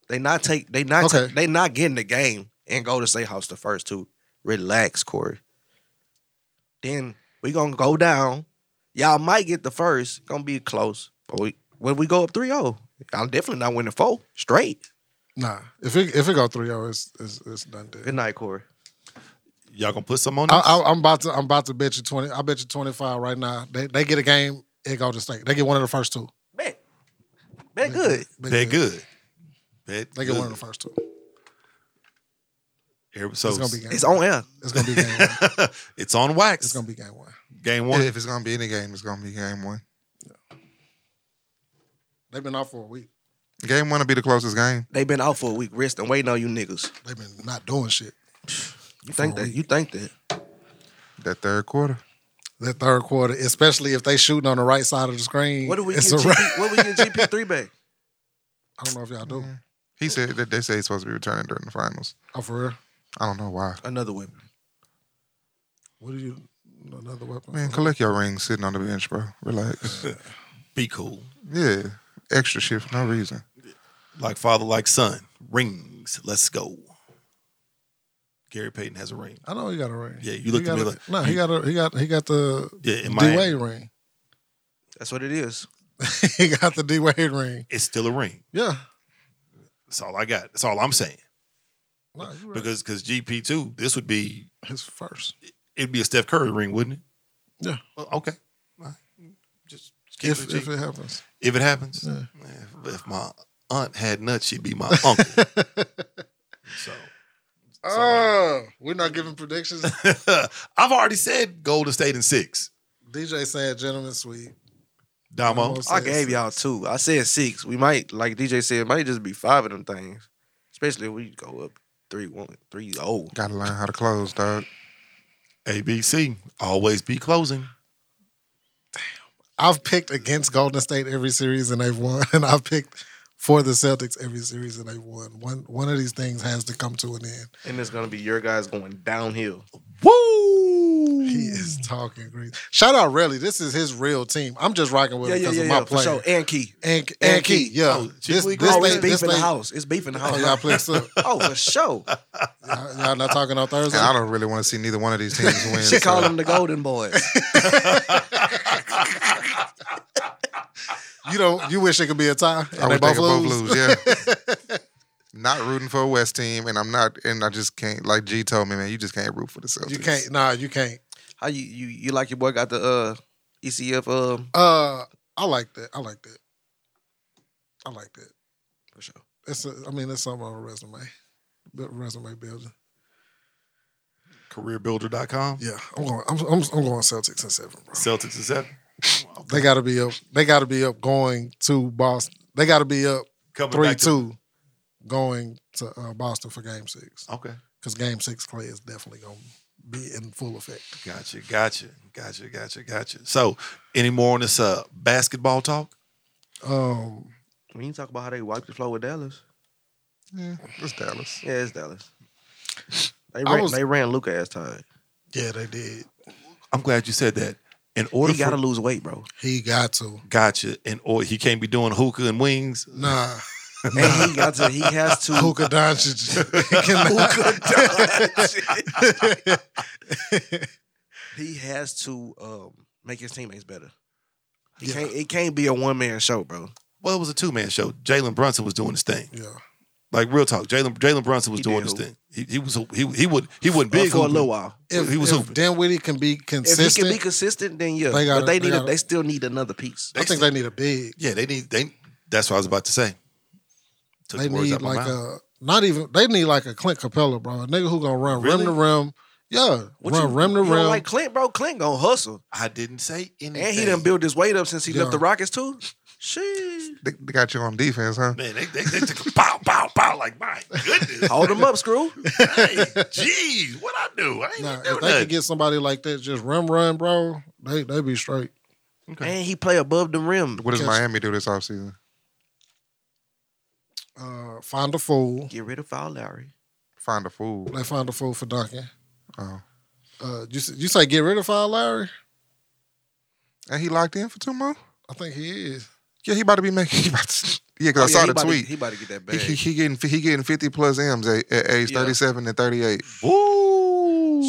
[SPEAKER 6] They not take. They not.
[SPEAKER 2] Okay.
[SPEAKER 6] Take, they not getting the game and go to say house the first two. Relax, Corey. Then we gonna go down. Y'all might get the first. Gonna be close. But we, when we go up 3-0, I'm definitely not winning four straight.
[SPEAKER 2] Nah, if it if it go three zero, it's it's, it's done. Deal.
[SPEAKER 6] Good night, Corey.
[SPEAKER 3] Y'all gonna put some on
[SPEAKER 2] I,
[SPEAKER 3] this?
[SPEAKER 2] I, I'm about to. I'm about to bet you twenty. I bet you twenty five right now. They they get a game. It go to state. They get one of the first two.
[SPEAKER 6] Bet. Bet good.
[SPEAKER 3] Bet good. Bet
[SPEAKER 2] They get
[SPEAKER 3] good.
[SPEAKER 2] one of the first two.
[SPEAKER 3] Here- so
[SPEAKER 2] It's gonna be game.
[SPEAKER 6] It's on air.
[SPEAKER 2] It's gonna be game. One.
[SPEAKER 3] it's on wax.
[SPEAKER 2] It's gonna be game one.
[SPEAKER 3] game one.
[SPEAKER 7] If it's gonna be any game, it's gonna be game one.
[SPEAKER 2] They've been off for a week.
[SPEAKER 7] Game one will be the closest game.
[SPEAKER 6] They've been out for a week, resting, waiting on you niggas.
[SPEAKER 2] They've been not doing shit.
[SPEAKER 6] You think that? You think that?
[SPEAKER 7] That third quarter.
[SPEAKER 2] That third quarter, especially if they shooting on the right side of the screen.
[SPEAKER 6] What do we get?
[SPEAKER 2] it's a wrap.
[SPEAKER 6] GP, what do we get? GP three back.
[SPEAKER 2] I don't know if y'all do.
[SPEAKER 7] He said that they say he's supposed to be returning during the finals.
[SPEAKER 2] Oh, for real?
[SPEAKER 7] I don't know why.
[SPEAKER 6] Another weapon.
[SPEAKER 2] What do you? Another weapon?
[SPEAKER 7] Man, collect your rings sitting on the bench, bro. Relax.
[SPEAKER 3] be cool.
[SPEAKER 7] yeah. Extra shit for no reason.
[SPEAKER 3] Like father, like son. Rings. Let's go. Gary Payton has a ring.
[SPEAKER 2] I know he got a ring.
[SPEAKER 3] Yeah, you
[SPEAKER 2] He
[SPEAKER 3] looked at
[SPEAKER 2] got
[SPEAKER 3] me
[SPEAKER 2] a-
[SPEAKER 3] like-
[SPEAKER 2] no. He got a. He got. He got the
[SPEAKER 3] Yeah, in
[SPEAKER 2] D
[SPEAKER 3] Miami.
[SPEAKER 2] Wade ring.
[SPEAKER 6] That's what it is.
[SPEAKER 2] he got the D Wade ring.
[SPEAKER 3] It's still a ring.
[SPEAKER 2] Yeah.
[SPEAKER 3] That's all I got. That's all I'm saying.
[SPEAKER 2] No, you right.
[SPEAKER 3] Because because GP two, this would be
[SPEAKER 2] his first.
[SPEAKER 3] it'd be a Steph Curry ring, wouldn't it?
[SPEAKER 2] Yeah.
[SPEAKER 3] Well, okay. All right. Just keep
[SPEAKER 2] If,
[SPEAKER 3] it
[SPEAKER 2] if
[SPEAKER 3] if,
[SPEAKER 2] it happens.
[SPEAKER 3] if it happens.
[SPEAKER 2] Yeah.
[SPEAKER 3] If, if my aunt had nuts, she'd be my uncle. so
[SPEAKER 2] Oh, we're not giving predictions.
[SPEAKER 3] I've already said Golden State in six.
[SPEAKER 2] DJ saying gentlemen sweep.
[SPEAKER 3] Damo.
[SPEAKER 2] Damo said-
[SPEAKER 6] I gave y'all two. I said six. We might, like DJ said, it might just be five of them things. Especially if we go up three one, three oh.
[SPEAKER 7] Gotta learn how to close, dog.
[SPEAKER 3] ABC. Always be closing.
[SPEAKER 2] I've picked against Golden State every series and they've won, and I've picked for the Celtics every series and they've won. One one of these things has to come to an end.
[SPEAKER 6] And it's gonna be your guys going downhill.
[SPEAKER 3] Woo!
[SPEAKER 2] He is talking great. Shout out Relly. This is his real team. I'm just rocking with
[SPEAKER 6] Yeah,
[SPEAKER 2] him
[SPEAKER 6] yeah,
[SPEAKER 2] because
[SPEAKER 6] yeah,
[SPEAKER 2] of my
[SPEAKER 6] yeah. For
[SPEAKER 2] player.
[SPEAKER 6] sure. And Key.
[SPEAKER 2] And, and,
[SPEAKER 6] And
[SPEAKER 2] Key.
[SPEAKER 6] Key.
[SPEAKER 2] Yeah.
[SPEAKER 3] Oh,
[SPEAKER 2] this
[SPEAKER 3] Chick-fil-A
[SPEAKER 2] this
[SPEAKER 6] oh,
[SPEAKER 2] thing,
[SPEAKER 6] it's beef
[SPEAKER 2] this
[SPEAKER 6] in the
[SPEAKER 2] thing, Oh,
[SPEAKER 6] house. It's beef in the
[SPEAKER 2] y'all
[SPEAKER 6] house.
[SPEAKER 2] play stuff.
[SPEAKER 6] oh, for sure.
[SPEAKER 2] Y'all, y'all not talking on Thursday.
[SPEAKER 7] And I don't really want to see neither one of these teams win.
[SPEAKER 6] She
[SPEAKER 7] so-
[SPEAKER 6] called them the Golden Boys.
[SPEAKER 2] You don't. You wish it could be a tie. And they
[SPEAKER 7] I would
[SPEAKER 2] both
[SPEAKER 7] think
[SPEAKER 2] lose.
[SPEAKER 7] of both lose. Yeah. not rooting for a West team, and I'm not, and I just can't. Like G told me, man, you just can't root for the Celtics.
[SPEAKER 2] You can't. Nah, you can't.
[SPEAKER 6] How you, you you like your boy got the uh ECF um
[SPEAKER 2] Uh, I like that. I like that. I like that.
[SPEAKER 6] for sure.
[SPEAKER 2] That's. A, I mean, that's something on a resume. The resume building.
[SPEAKER 3] Careerbuilder.com.
[SPEAKER 2] Yeah, I'm going. I'm, I'm, I'm going Celtics in seven, bro.
[SPEAKER 3] Celtics is that
[SPEAKER 2] They got to be up. They got to be up going to Boston. They got to be up
[SPEAKER 3] coming
[SPEAKER 2] three
[SPEAKER 3] back to-
[SPEAKER 2] two, going to uh, Boston for Game Six
[SPEAKER 3] Okay,
[SPEAKER 2] because Game Six play is definitely gonna be in full effect.
[SPEAKER 3] gotcha, gotcha, gotcha, gotcha, gotcha. So, any more on this uh, basketball talk?
[SPEAKER 2] Um,
[SPEAKER 6] When you talk about how they wiped the floor with Dallas,
[SPEAKER 7] Yeah, it's Dallas.
[SPEAKER 6] yeah, it's Dallas. They
[SPEAKER 2] I
[SPEAKER 6] ran,
[SPEAKER 2] was-
[SPEAKER 6] they ran Luca as tired.
[SPEAKER 2] yeah, they did.
[SPEAKER 3] I'm glad you said that. In order
[SPEAKER 6] He got to
[SPEAKER 3] for
[SPEAKER 6] lose weight, bro.
[SPEAKER 2] He got to.
[SPEAKER 3] gotcha, in order he can't be doing hookah and wings.
[SPEAKER 2] Nah,
[SPEAKER 6] And he got to. He has to.
[SPEAKER 2] Luka Doncic. cannot-
[SPEAKER 6] he has to um, make his teammates better. He
[SPEAKER 2] Yeah.
[SPEAKER 6] can't, it can't be a one man show, bro.
[SPEAKER 3] Well, it was a two man show. Jalen Brunson was doing his thing.
[SPEAKER 2] yeah,
[SPEAKER 3] Like real talk, Jalen Jalen Brunson was
[SPEAKER 6] He
[SPEAKER 3] doing
[SPEAKER 6] did
[SPEAKER 3] his
[SPEAKER 6] hoop.
[SPEAKER 3] thing. He, he was he he would he wasn't
[SPEAKER 6] Big
[SPEAKER 3] big
[SPEAKER 6] for a
[SPEAKER 3] hooping.
[SPEAKER 6] little while.
[SPEAKER 2] if,
[SPEAKER 3] He was
[SPEAKER 2] if
[SPEAKER 3] hooping.
[SPEAKER 2] Dinwiddie can be
[SPEAKER 6] If he
[SPEAKER 2] consistent,
[SPEAKER 6] can be consistent, then yeah.
[SPEAKER 2] They gotta-
[SPEAKER 6] but they
[SPEAKER 2] they
[SPEAKER 6] need. a,
[SPEAKER 2] gotta-
[SPEAKER 6] they still need another piece.
[SPEAKER 2] I think they need a big.
[SPEAKER 3] Yeah, they need they. That's what I was about to say. Took
[SPEAKER 2] They
[SPEAKER 3] the words
[SPEAKER 2] need
[SPEAKER 3] out my
[SPEAKER 2] like
[SPEAKER 3] mouth.
[SPEAKER 2] a not even. They need like a Clint Capella, bro. A nigga who gonna run rim
[SPEAKER 3] Really?
[SPEAKER 2] to rim. Yeah,
[SPEAKER 6] What
[SPEAKER 2] run
[SPEAKER 6] you,
[SPEAKER 2] rim to
[SPEAKER 6] you don't
[SPEAKER 2] rim.
[SPEAKER 6] like Clint, bro. Clint gonna hustle,
[SPEAKER 3] I didn't say anything.
[SPEAKER 6] and he done built his weight up since he
[SPEAKER 2] Yeah.
[SPEAKER 6] left the Rockets too. She
[SPEAKER 7] They, they got you on defense, huh?
[SPEAKER 3] Man, they they, they took a pow pow pow like my goodness.
[SPEAKER 6] hold him up, screw.
[SPEAKER 3] hey, Jeez, what I do? I ain't
[SPEAKER 2] Nah,
[SPEAKER 3] doing
[SPEAKER 2] if they
[SPEAKER 3] nothing.
[SPEAKER 2] could get somebody like that, just rim run, bro. They they be straight.
[SPEAKER 6] And he play above the rim.
[SPEAKER 7] What does
[SPEAKER 2] Yes.
[SPEAKER 7] Miami do this offseason?
[SPEAKER 2] Uh, find a fool.
[SPEAKER 6] Get rid of Foul Larry.
[SPEAKER 7] Find a fool.
[SPEAKER 2] They find a fool for Duncan.
[SPEAKER 7] Oh.
[SPEAKER 2] Uh, you s- you say get rid of Fire Larry?
[SPEAKER 7] And he locked in for two more?
[SPEAKER 2] I think he is.
[SPEAKER 7] Yeah, he about to be making. He about to, yeah,
[SPEAKER 6] Oh,
[SPEAKER 7] because
[SPEAKER 6] yeah,
[SPEAKER 7] I
[SPEAKER 6] he
[SPEAKER 7] saw the
[SPEAKER 6] about to-
[SPEAKER 7] tweet.
[SPEAKER 6] he about to get that
[SPEAKER 7] he,
[SPEAKER 6] bag.
[SPEAKER 7] he, he getting he getting fifty plus M's at, at age
[SPEAKER 6] Yeah.
[SPEAKER 7] thirty seven and thirty eight.
[SPEAKER 3] Woo!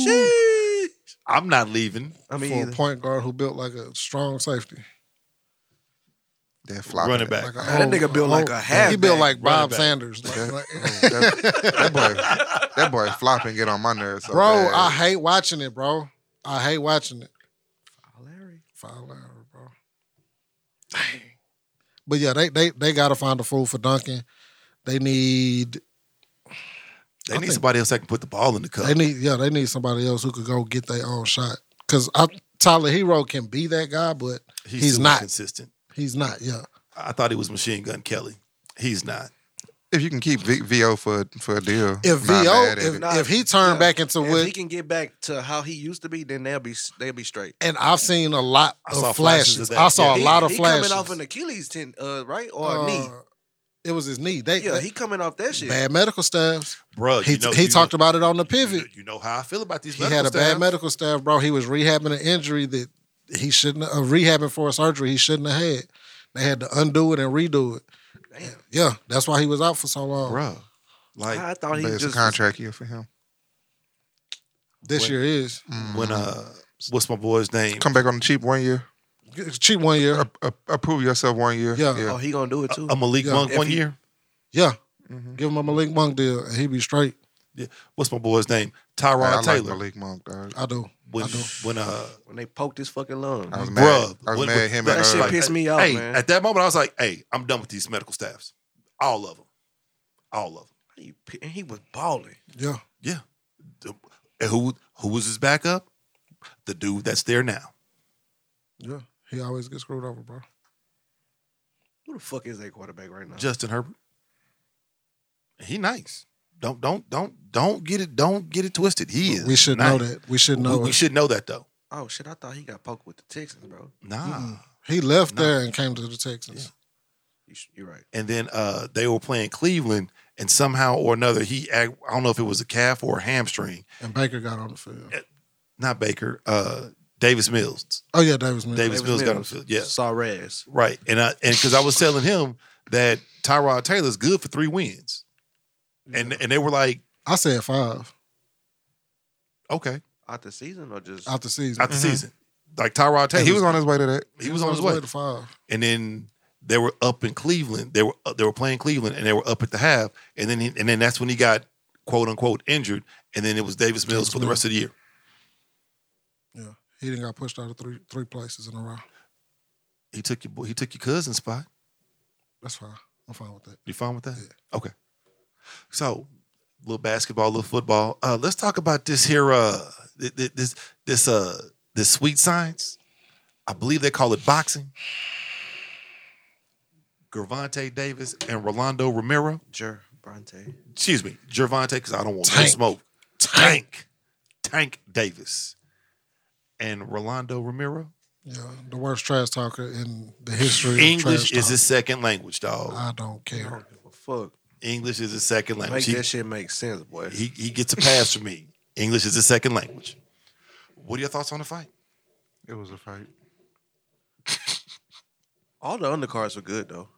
[SPEAKER 3] I'm not leaving.
[SPEAKER 6] I
[SPEAKER 2] for
[SPEAKER 6] mean,
[SPEAKER 2] a point guard who built like a strong safety.
[SPEAKER 7] That flopping
[SPEAKER 3] Running
[SPEAKER 7] it.
[SPEAKER 3] back.
[SPEAKER 2] Like a
[SPEAKER 6] That
[SPEAKER 2] old-
[SPEAKER 6] nigga built like
[SPEAKER 2] Oh,
[SPEAKER 6] a
[SPEAKER 2] He
[SPEAKER 6] halfback.
[SPEAKER 2] built like
[SPEAKER 3] Running
[SPEAKER 2] Bob
[SPEAKER 3] back.
[SPEAKER 2] Sanders. Like-
[SPEAKER 7] That,
[SPEAKER 2] like-
[SPEAKER 7] that- that boy, that boy flopping get on my nerves.
[SPEAKER 6] Oh,
[SPEAKER 7] So
[SPEAKER 2] bro,
[SPEAKER 7] bad.
[SPEAKER 2] I hate watching it, bro. I hate watching it.
[SPEAKER 6] Foul Larry.
[SPEAKER 2] Foul Larry, bro. Dang. But yeah, they they they gotta find a fool for Duncan. They need
[SPEAKER 3] They
[SPEAKER 2] I
[SPEAKER 3] need
[SPEAKER 2] think-
[SPEAKER 3] somebody else that can put the ball in the cup.
[SPEAKER 2] they need yeah, they need somebody else who could go get their own shot. Cause I, Tyler Hero can be that guy, but he's,
[SPEAKER 3] still
[SPEAKER 2] not.
[SPEAKER 3] consistent.
[SPEAKER 2] He's not, yeah.
[SPEAKER 3] I thought he was Machine Gun Kelly. He's not.
[SPEAKER 7] if you can keep v, VO for for a deal,
[SPEAKER 2] If
[SPEAKER 7] I'm not
[SPEAKER 2] VO
[SPEAKER 7] mad at
[SPEAKER 2] if,
[SPEAKER 7] it.
[SPEAKER 6] Nah,
[SPEAKER 2] if he turned
[SPEAKER 6] yeah.
[SPEAKER 2] back into
[SPEAKER 6] If
[SPEAKER 2] what
[SPEAKER 6] he can get back to how he used to be, then they'll be they'll be straight.
[SPEAKER 2] and I've seen a lot
[SPEAKER 3] I saw
[SPEAKER 2] of
[SPEAKER 3] flashes of
[SPEAKER 2] flashes.
[SPEAKER 3] that.
[SPEAKER 2] I saw
[SPEAKER 3] Yeah,
[SPEAKER 2] a
[SPEAKER 6] He-
[SPEAKER 2] lot of
[SPEAKER 6] he
[SPEAKER 2] flashes.
[SPEAKER 6] coming off an Achilles tendon, uh, right or
[SPEAKER 2] Uh,
[SPEAKER 6] a knee.
[SPEAKER 2] It was his knee. They,
[SPEAKER 6] Yeah,
[SPEAKER 2] they-
[SPEAKER 6] he coming off that shit.
[SPEAKER 2] bad medical staff.
[SPEAKER 3] Bruh,
[SPEAKER 2] He
[SPEAKER 3] you know,
[SPEAKER 2] he
[SPEAKER 3] you
[SPEAKER 2] talked
[SPEAKER 3] know,
[SPEAKER 2] about it on the
[SPEAKER 3] you
[SPEAKER 2] pivot.
[SPEAKER 3] know- You know how I feel about these.
[SPEAKER 2] he had a
[SPEAKER 3] medical
[SPEAKER 2] bad
[SPEAKER 3] staff.
[SPEAKER 2] medical staff, bro. He was rehabbing an injury that he shouldn't uh, rehabbing for a surgery he shouldn't have had. They had to undo it and redo it.
[SPEAKER 6] Damn.
[SPEAKER 2] Yeah, that's why he was out for so long.
[SPEAKER 3] Bruh, Like
[SPEAKER 6] I thought he
[SPEAKER 7] But it's
[SPEAKER 6] just
[SPEAKER 7] a contract year for him.
[SPEAKER 2] This year is
[SPEAKER 3] when uh, what's my boy's name?
[SPEAKER 7] Come back on the cheap one year.
[SPEAKER 2] It's cheap one year.
[SPEAKER 7] Uh, approve yourself one year.
[SPEAKER 2] Yeah.
[SPEAKER 6] Oh, he gonna do it too.
[SPEAKER 3] a Malik
[SPEAKER 2] Yeah.
[SPEAKER 3] Monk
[SPEAKER 6] If
[SPEAKER 3] one
[SPEAKER 6] he-
[SPEAKER 3] year.
[SPEAKER 2] Yeah,
[SPEAKER 3] Mm-hmm.
[SPEAKER 2] give him a Malik Monk deal and he be straight.
[SPEAKER 3] Yeah. What's my boy's name?
[SPEAKER 7] Hey, I
[SPEAKER 3] Tyrod
[SPEAKER 7] like
[SPEAKER 3] Taylor.
[SPEAKER 7] Malik Monk, dog.
[SPEAKER 2] I do.
[SPEAKER 3] when
[SPEAKER 2] I do.
[SPEAKER 3] when uh,
[SPEAKER 6] when they poked his fucking lung.
[SPEAKER 2] Uh,
[SPEAKER 7] I was mad.
[SPEAKER 3] bruh,
[SPEAKER 7] I was
[SPEAKER 3] when-
[SPEAKER 7] mad
[SPEAKER 3] when-
[SPEAKER 7] at him.
[SPEAKER 6] That
[SPEAKER 7] and uh,
[SPEAKER 6] shit
[SPEAKER 7] Irving.
[SPEAKER 6] pissed me off,
[SPEAKER 3] hey,
[SPEAKER 6] man.
[SPEAKER 3] at that moment I was like, hey, I'm done with these medical staffs, all of them, all of them.
[SPEAKER 6] He pi- and he was balling.
[SPEAKER 2] Yeah,
[SPEAKER 3] Yeah. The- and who who was his backup? The dude that's there now.
[SPEAKER 2] yeah. He always gets screwed over, bro.
[SPEAKER 6] Who the fuck is that quarterback right now?
[SPEAKER 3] Justin Herbert. He nice. Don't don't don't don't get it don't get it twisted. He is.
[SPEAKER 2] We should
[SPEAKER 3] nice.
[SPEAKER 2] know that. We should
[SPEAKER 3] We-
[SPEAKER 2] know.
[SPEAKER 3] we,
[SPEAKER 2] it.
[SPEAKER 3] should know that though.
[SPEAKER 6] oh shit! I thought he got poked with the Texans, bro.
[SPEAKER 3] Nah.
[SPEAKER 2] He left
[SPEAKER 3] No.
[SPEAKER 2] there and came to the Texans.
[SPEAKER 6] You sh- You're right.
[SPEAKER 3] And then uh, they were playing Cleveland, and somehow or another, he ag- I don't know if it was a calf or a hamstring.
[SPEAKER 2] And Baker got on the field.
[SPEAKER 3] not Baker, uh, Davis Mills.
[SPEAKER 2] Oh yeah, Davis Mills.
[SPEAKER 3] Davis, Mills, got on the field. Yeah.
[SPEAKER 6] Saw Rez.
[SPEAKER 3] Right. And I and because I was telling him that Tyrod Taylor's good for three wins. And and they were like,
[SPEAKER 2] I said five
[SPEAKER 3] okay,
[SPEAKER 6] Out the season or just
[SPEAKER 2] out the season.
[SPEAKER 3] out the season. Like Tyrod Taylor.
[SPEAKER 7] Mm-hmm. And he was on his way to that.
[SPEAKER 3] he was on his way.
[SPEAKER 2] to five.
[SPEAKER 3] And then they were up in Cleveland. They were up- they were playing Cleveland and they were up at the half. And then he, and then that's when he got quote unquote injured. And then it was Davis Mills for the rest of the year.
[SPEAKER 2] Yeah, he didn't got pushed out of three three places in a row.
[SPEAKER 3] He took your boy- he took your cousin's spot.
[SPEAKER 2] That's fine. I'm fine with that.
[SPEAKER 3] You fine with that? Okay. So, little basketball, little football. Uh, let's talk about this here. Uh, th- th- this this uh this sweet science. I believe they call it boxing. Gervonta Davis and Rolando Romero.
[SPEAKER 6] Jer Bronte?
[SPEAKER 3] Excuse me, Gervonta, because I don't want no
[SPEAKER 2] Tank.
[SPEAKER 3] smoke. Tank, Tank Davis, and Rolando Romero.
[SPEAKER 2] Yeah, the worst trash talker in the history. of
[SPEAKER 3] English
[SPEAKER 2] trash
[SPEAKER 3] is
[SPEAKER 2] talk.
[SPEAKER 3] his second language, dog.
[SPEAKER 2] I don't care.
[SPEAKER 6] Well, fuck.
[SPEAKER 3] English is his second
[SPEAKER 6] Make
[SPEAKER 3] language. He-
[SPEAKER 6] that shit make sense, boy.
[SPEAKER 3] he he gets a pass from me. English is his second language. What are your thoughts on the fight?
[SPEAKER 7] It was a fight.
[SPEAKER 6] All the undercards were good though.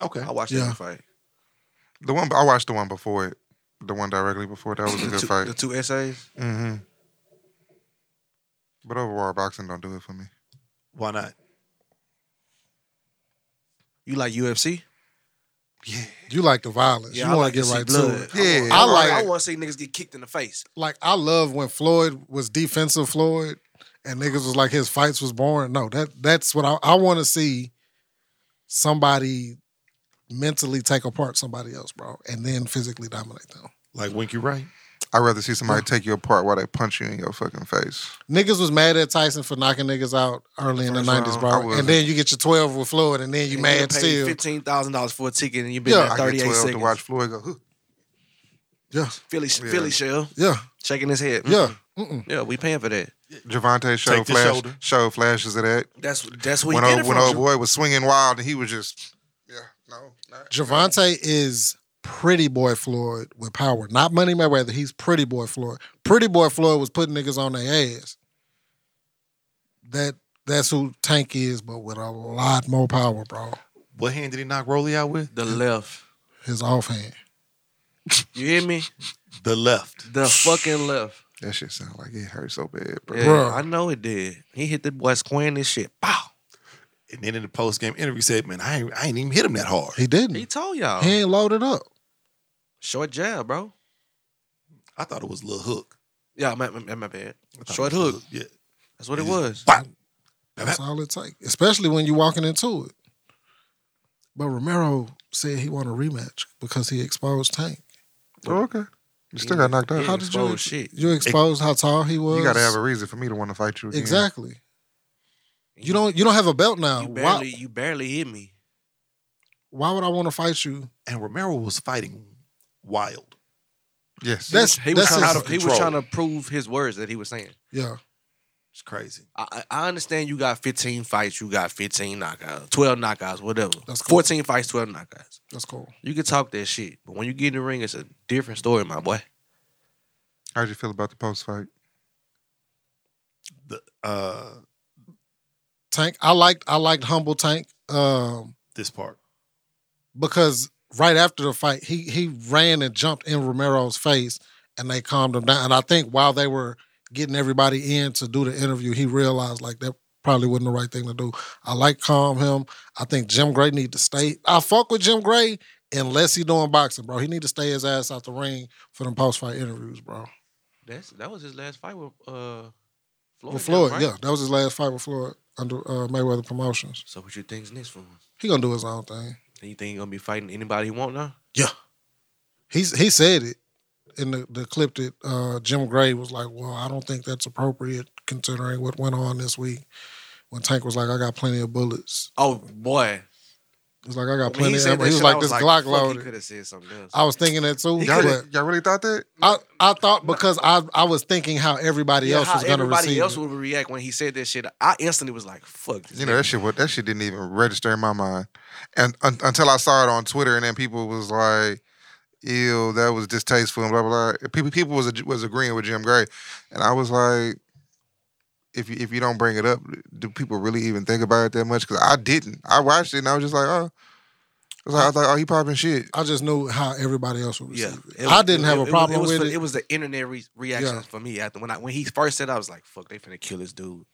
[SPEAKER 3] Okay,
[SPEAKER 6] I watched
[SPEAKER 2] Yeah.
[SPEAKER 6] every fight.
[SPEAKER 7] The one I watched the one before it, the one directly before it, that was a
[SPEAKER 6] The
[SPEAKER 7] good
[SPEAKER 6] two,
[SPEAKER 7] fight.
[SPEAKER 6] the two essays.
[SPEAKER 7] hmm But overall, boxing don't do it for me.
[SPEAKER 3] why not?
[SPEAKER 6] You like UFC?
[SPEAKER 2] You like the violence.
[SPEAKER 6] Yeah, I
[SPEAKER 2] you want
[SPEAKER 6] like
[SPEAKER 2] to get
[SPEAKER 6] see
[SPEAKER 2] right to
[SPEAKER 6] blood.
[SPEAKER 2] it.
[SPEAKER 7] Yeah,
[SPEAKER 6] I, like.
[SPEAKER 2] like-
[SPEAKER 6] I want to see niggas get kicked in the face.
[SPEAKER 2] Like I love when Floyd was defensive Floyd, and niggas was like his fights was boring. No, that that's what I, I want to see. Somebody mentally take apart somebody else, bro, and then physically dominate them.
[SPEAKER 3] Like Winky Wright?
[SPEAKER 7] I'd rather see somebody take you apart while they punch you in your fucking face.
[SPEAKER 2] Niggas was mad at Tyson for knocking niggas out early in the
[SPEAKER 7] First round,
[SPEAKER 2] nineties,
[SPEAKER 7] I
[SPEAKER 2] bro.
[SPEAKER 7] wasn't.
[SPEAKER 2] And then you get your twelve with Floyd, and then you mad
[SPEAKER 6] paid
[SPEAKER 2] still.
[SPEAKER 6] Fifteen thousand dollars for a ticket, and you've been
[SPEAKER 2] Yeah.
[SPEAKER 6] there
[SPEAKER 7] I get
[SPEAKER 6] thirty eight
[SPEAKER 7] 12
[SPEAKER 6] seconds.
[SPEAKER 7] to watch Floyd go, "Huh."
[SPEAKER 2] Yeah,
[SPEAKER 6] Philly,
[SPEAKER 7] Yeah.
[SPEAKER 6] Philly shell
[SPEAKER 2] yeah,
[SPEAKER 6] shaking his head.
[SPEAKER 2] yeah.
[SPEAKER 6] Mm.
[SPEAKER 2] Mm-mm.
[SPEAKER 6] yeah, we paying for that.
[SPEAKER 7] Javante showed,
[SPEAKER 3] Take the
[SPEAKER 7] flash,
[SPEAKER 3] shoulder.
[SPEAKER 7] showed flashes of that.
[SPEAKER 6] That's that's what
[SPEAKER 7] When
[SPEAKER 6] he did it
[SPEAKER 7] old,
[SPEAKER 6] from.
[SPEAKER 7] when old boy was swinging wild and he was just, yeah, no. not-
[SPEAKER 2] Javante is pretty boy Floyd with power, not Money Mayweather. He's pretty boy Floyd. Pretty boy Floyd was putting niggas on their ass. That that's who Tank is, but with a lot more power, bro.
[SPEAKER 3] What hand did he knock Rolly out with?
[SPEAKER 6] The left.
[SPEAKER 2] His offhand.
[SPEAKER 6] You hear me?
[SPEAKER 3] The left.
[SPEAKER 6] The fucking left.
[SPEAKER 7] That shit sound like it hurt so bad, bro.
[SPEAKER 6] Yeah,
[SPEAKER 2] Bruh.
[SPEAKER 6] I know it did. He hit the boy square in this shit. Pow.
[SPEAKER 3] And then in the post game interview, he said, "Man, I ain't, I ain't even hit him that hard."
[SPEAKER 2] He didn't.
[SPEAKER 6] He
[SPEAKER 2] He,
[SPEAKER 6] told y'all.
[SPEAKER 2] ain't loaded up.
[SPEAKER 6] Short jab, bro.
[SPEAKER 3] I thought it was a little hook.
[SPEAKER 6] Yeah, my, my, my bad.
[SPEAKER 3] I thought
[SPEAKER 6] Short
[SPEAKER 3] it was
[SPEAKER 6] hook.
[SPEAKER 3] a little-
[SPEAKER 6] That's what it
[SPEAKER 3] He just-
[SPEAKER 6] was.
[SPEAKER 3] Yeah. Bang.
[SPEAKER 2] That's all it takes, especially when you're walking into it. But Romero said he want a rematch because he exposed Tank.
[SPEAKER 7] Oh, okay. You still got knocked out.
[SPEAKER 6] How
[SPEAKER 2] How
[SPEAKER 6] did
[SPEAKER 2] did
[SPEAKER 6] exposed
[SPEAKER 2] you
[SPEAKER 6] shit.
[SPEAKER 2] You exposed how tall he was.
[SPEAKER 7] you got to have a reason for me to want to fight you again.
[SPEAKER 2] exactly. You don't. You don't have a belt now.
[SPEAKER 6] You
[SPEAKER 2] Why-
[SPEAKER 6] barely, you barely hit me.
[SPEAKER 2] why would I want to fight you?
[SPEAKER 3] And Romero was fighting wild.
[SPEAKER 7] Yes.
[SPEAKER 2] That's
[SPEAKER 6] He was,
[SPEAKER 2] that's
[SPEAKER 6] trying,
[SPEAKER 2] his-
[SPEAKER 3] out of
[SPEAKER 6] to, he was
[SPEAKER 3] control.
[SPEAKER 6] trying to prove his words that he was saying.
[SPEAKER 2] yeah.
[SPEAKER 3] It's crazy.
[SPEAKER 6] I, I I understand you got 15 fights, you got 15 knockouts, 12 knockouts, whatever.
[SPEAKER 2] That's cool.
[SPEAKER 6] 14 fights, 12 knockouts.
[SPEAKER 2] That's cool.
[SPEAKER 6] You can talk that shit, but when you get in the ring, it's a different story, my boy.
[SPEAKER 7] How'd you feel about the post fight?
[SPEAKER 3] The uh,
[SPEAKER 2] Tank. I liked I liked humble Tank um,
[SPEAKER 3] this part.
[SPEAKER 2] because right after the fight, he he ran and jumped in Romero's face, and they calmed him down. And I think while they were getting everybody in to do the interview, he realized like that probably wasn't the right thing to do. I like calm him. I think Jim Gray need to stay. I fuck with Jim Gray unless he doing boxing, bro. He need to stay his ass out the ring for them post fight interviews, bro.
[SPEAKER 6] That's that was his last fight with uh Floyd.
[SPEAKER 2] With Floyd,
[SPEAKER 6] right?
[SPEAKER 2] yeah, that was his last fight with Floyd under uh, Mayweather Promotions.
[SPEAKER 6] So what you think's next for him?
[SPEAKER 2] He gonna do his own thing.
[SPEAKER 6] You think he gonna be fighting anybody he want now?
[SPEAKER 2] He's he said it in the, the clip that uh, Jim Gray was like, "Well, I don't think that's appropriate considering what went on this week." When Tank was like, "I got plenty of bullets,"
[SPEAKER 6] Oh boy.
[SPEAKER 2] he was like, "I got
[SPEAKER 6] When
[SPEAKER 2] plenty." of ammo." He was like, "This Glock
[SPEAKER 6] He could
[SPEAKER 2] loaded."
[SPEAKER 6] have said something else.
[SPEAKER 2] I was thinking that too,
[SPEAKER 7] Y'all,
[SPEAKER 2] but
[SPEAKER 7] y'all really thought that?
[SPEAKER 2] I, I thought because I I was thinking how everybody
[SPEAKER 6] Yeah,
[SPEAKER 2] else
[SPEAKER 6] how
[SPEAKER 2] was gonna
[SPEAKER 6] everybody
[SPEAKER 2] receive.
[SPEAKER 6] else
[SPEAKER 2] it.
[SPEAKER 6] would react when he said that shit. I instantly was like, "Fuck." This
[SPEAKER 7] You know that shit. wa- That shit didn't even register in my mind, and un, until I saw it on Twitter, and then people was like, "Ew, that was distasteful," and blah blah. blah. People, people was ag- was agreeing with Jim Gray, and I was like, if you if you don't bring it up, do people really even think about it that much? Because I didn't. I watched it and I was just like, oh, I was like, I was like oh, he popping shit.
[SPEAKER 2] I just knew how everybody else would receive it.
[SPEAKER 6] It
[SPEAKER 2] I
[SPEAKER 6] was-
[SPEAKER 2] didn't have a
[SPEAKER 6] it- it was-
[SPEAKER 2] problem
[SPEAKER 6] it was,
[SPEAKER 2] with
[SPEAKER 6] for-
[SPEAKER 2] it.
[SPEAKER 6] It was the internet re- reactions
[SPEAKER 2] Yeah.
[SPEAKER 6] for me after when I when he first said, it, I was like, "Fuck, they finna kill this dude."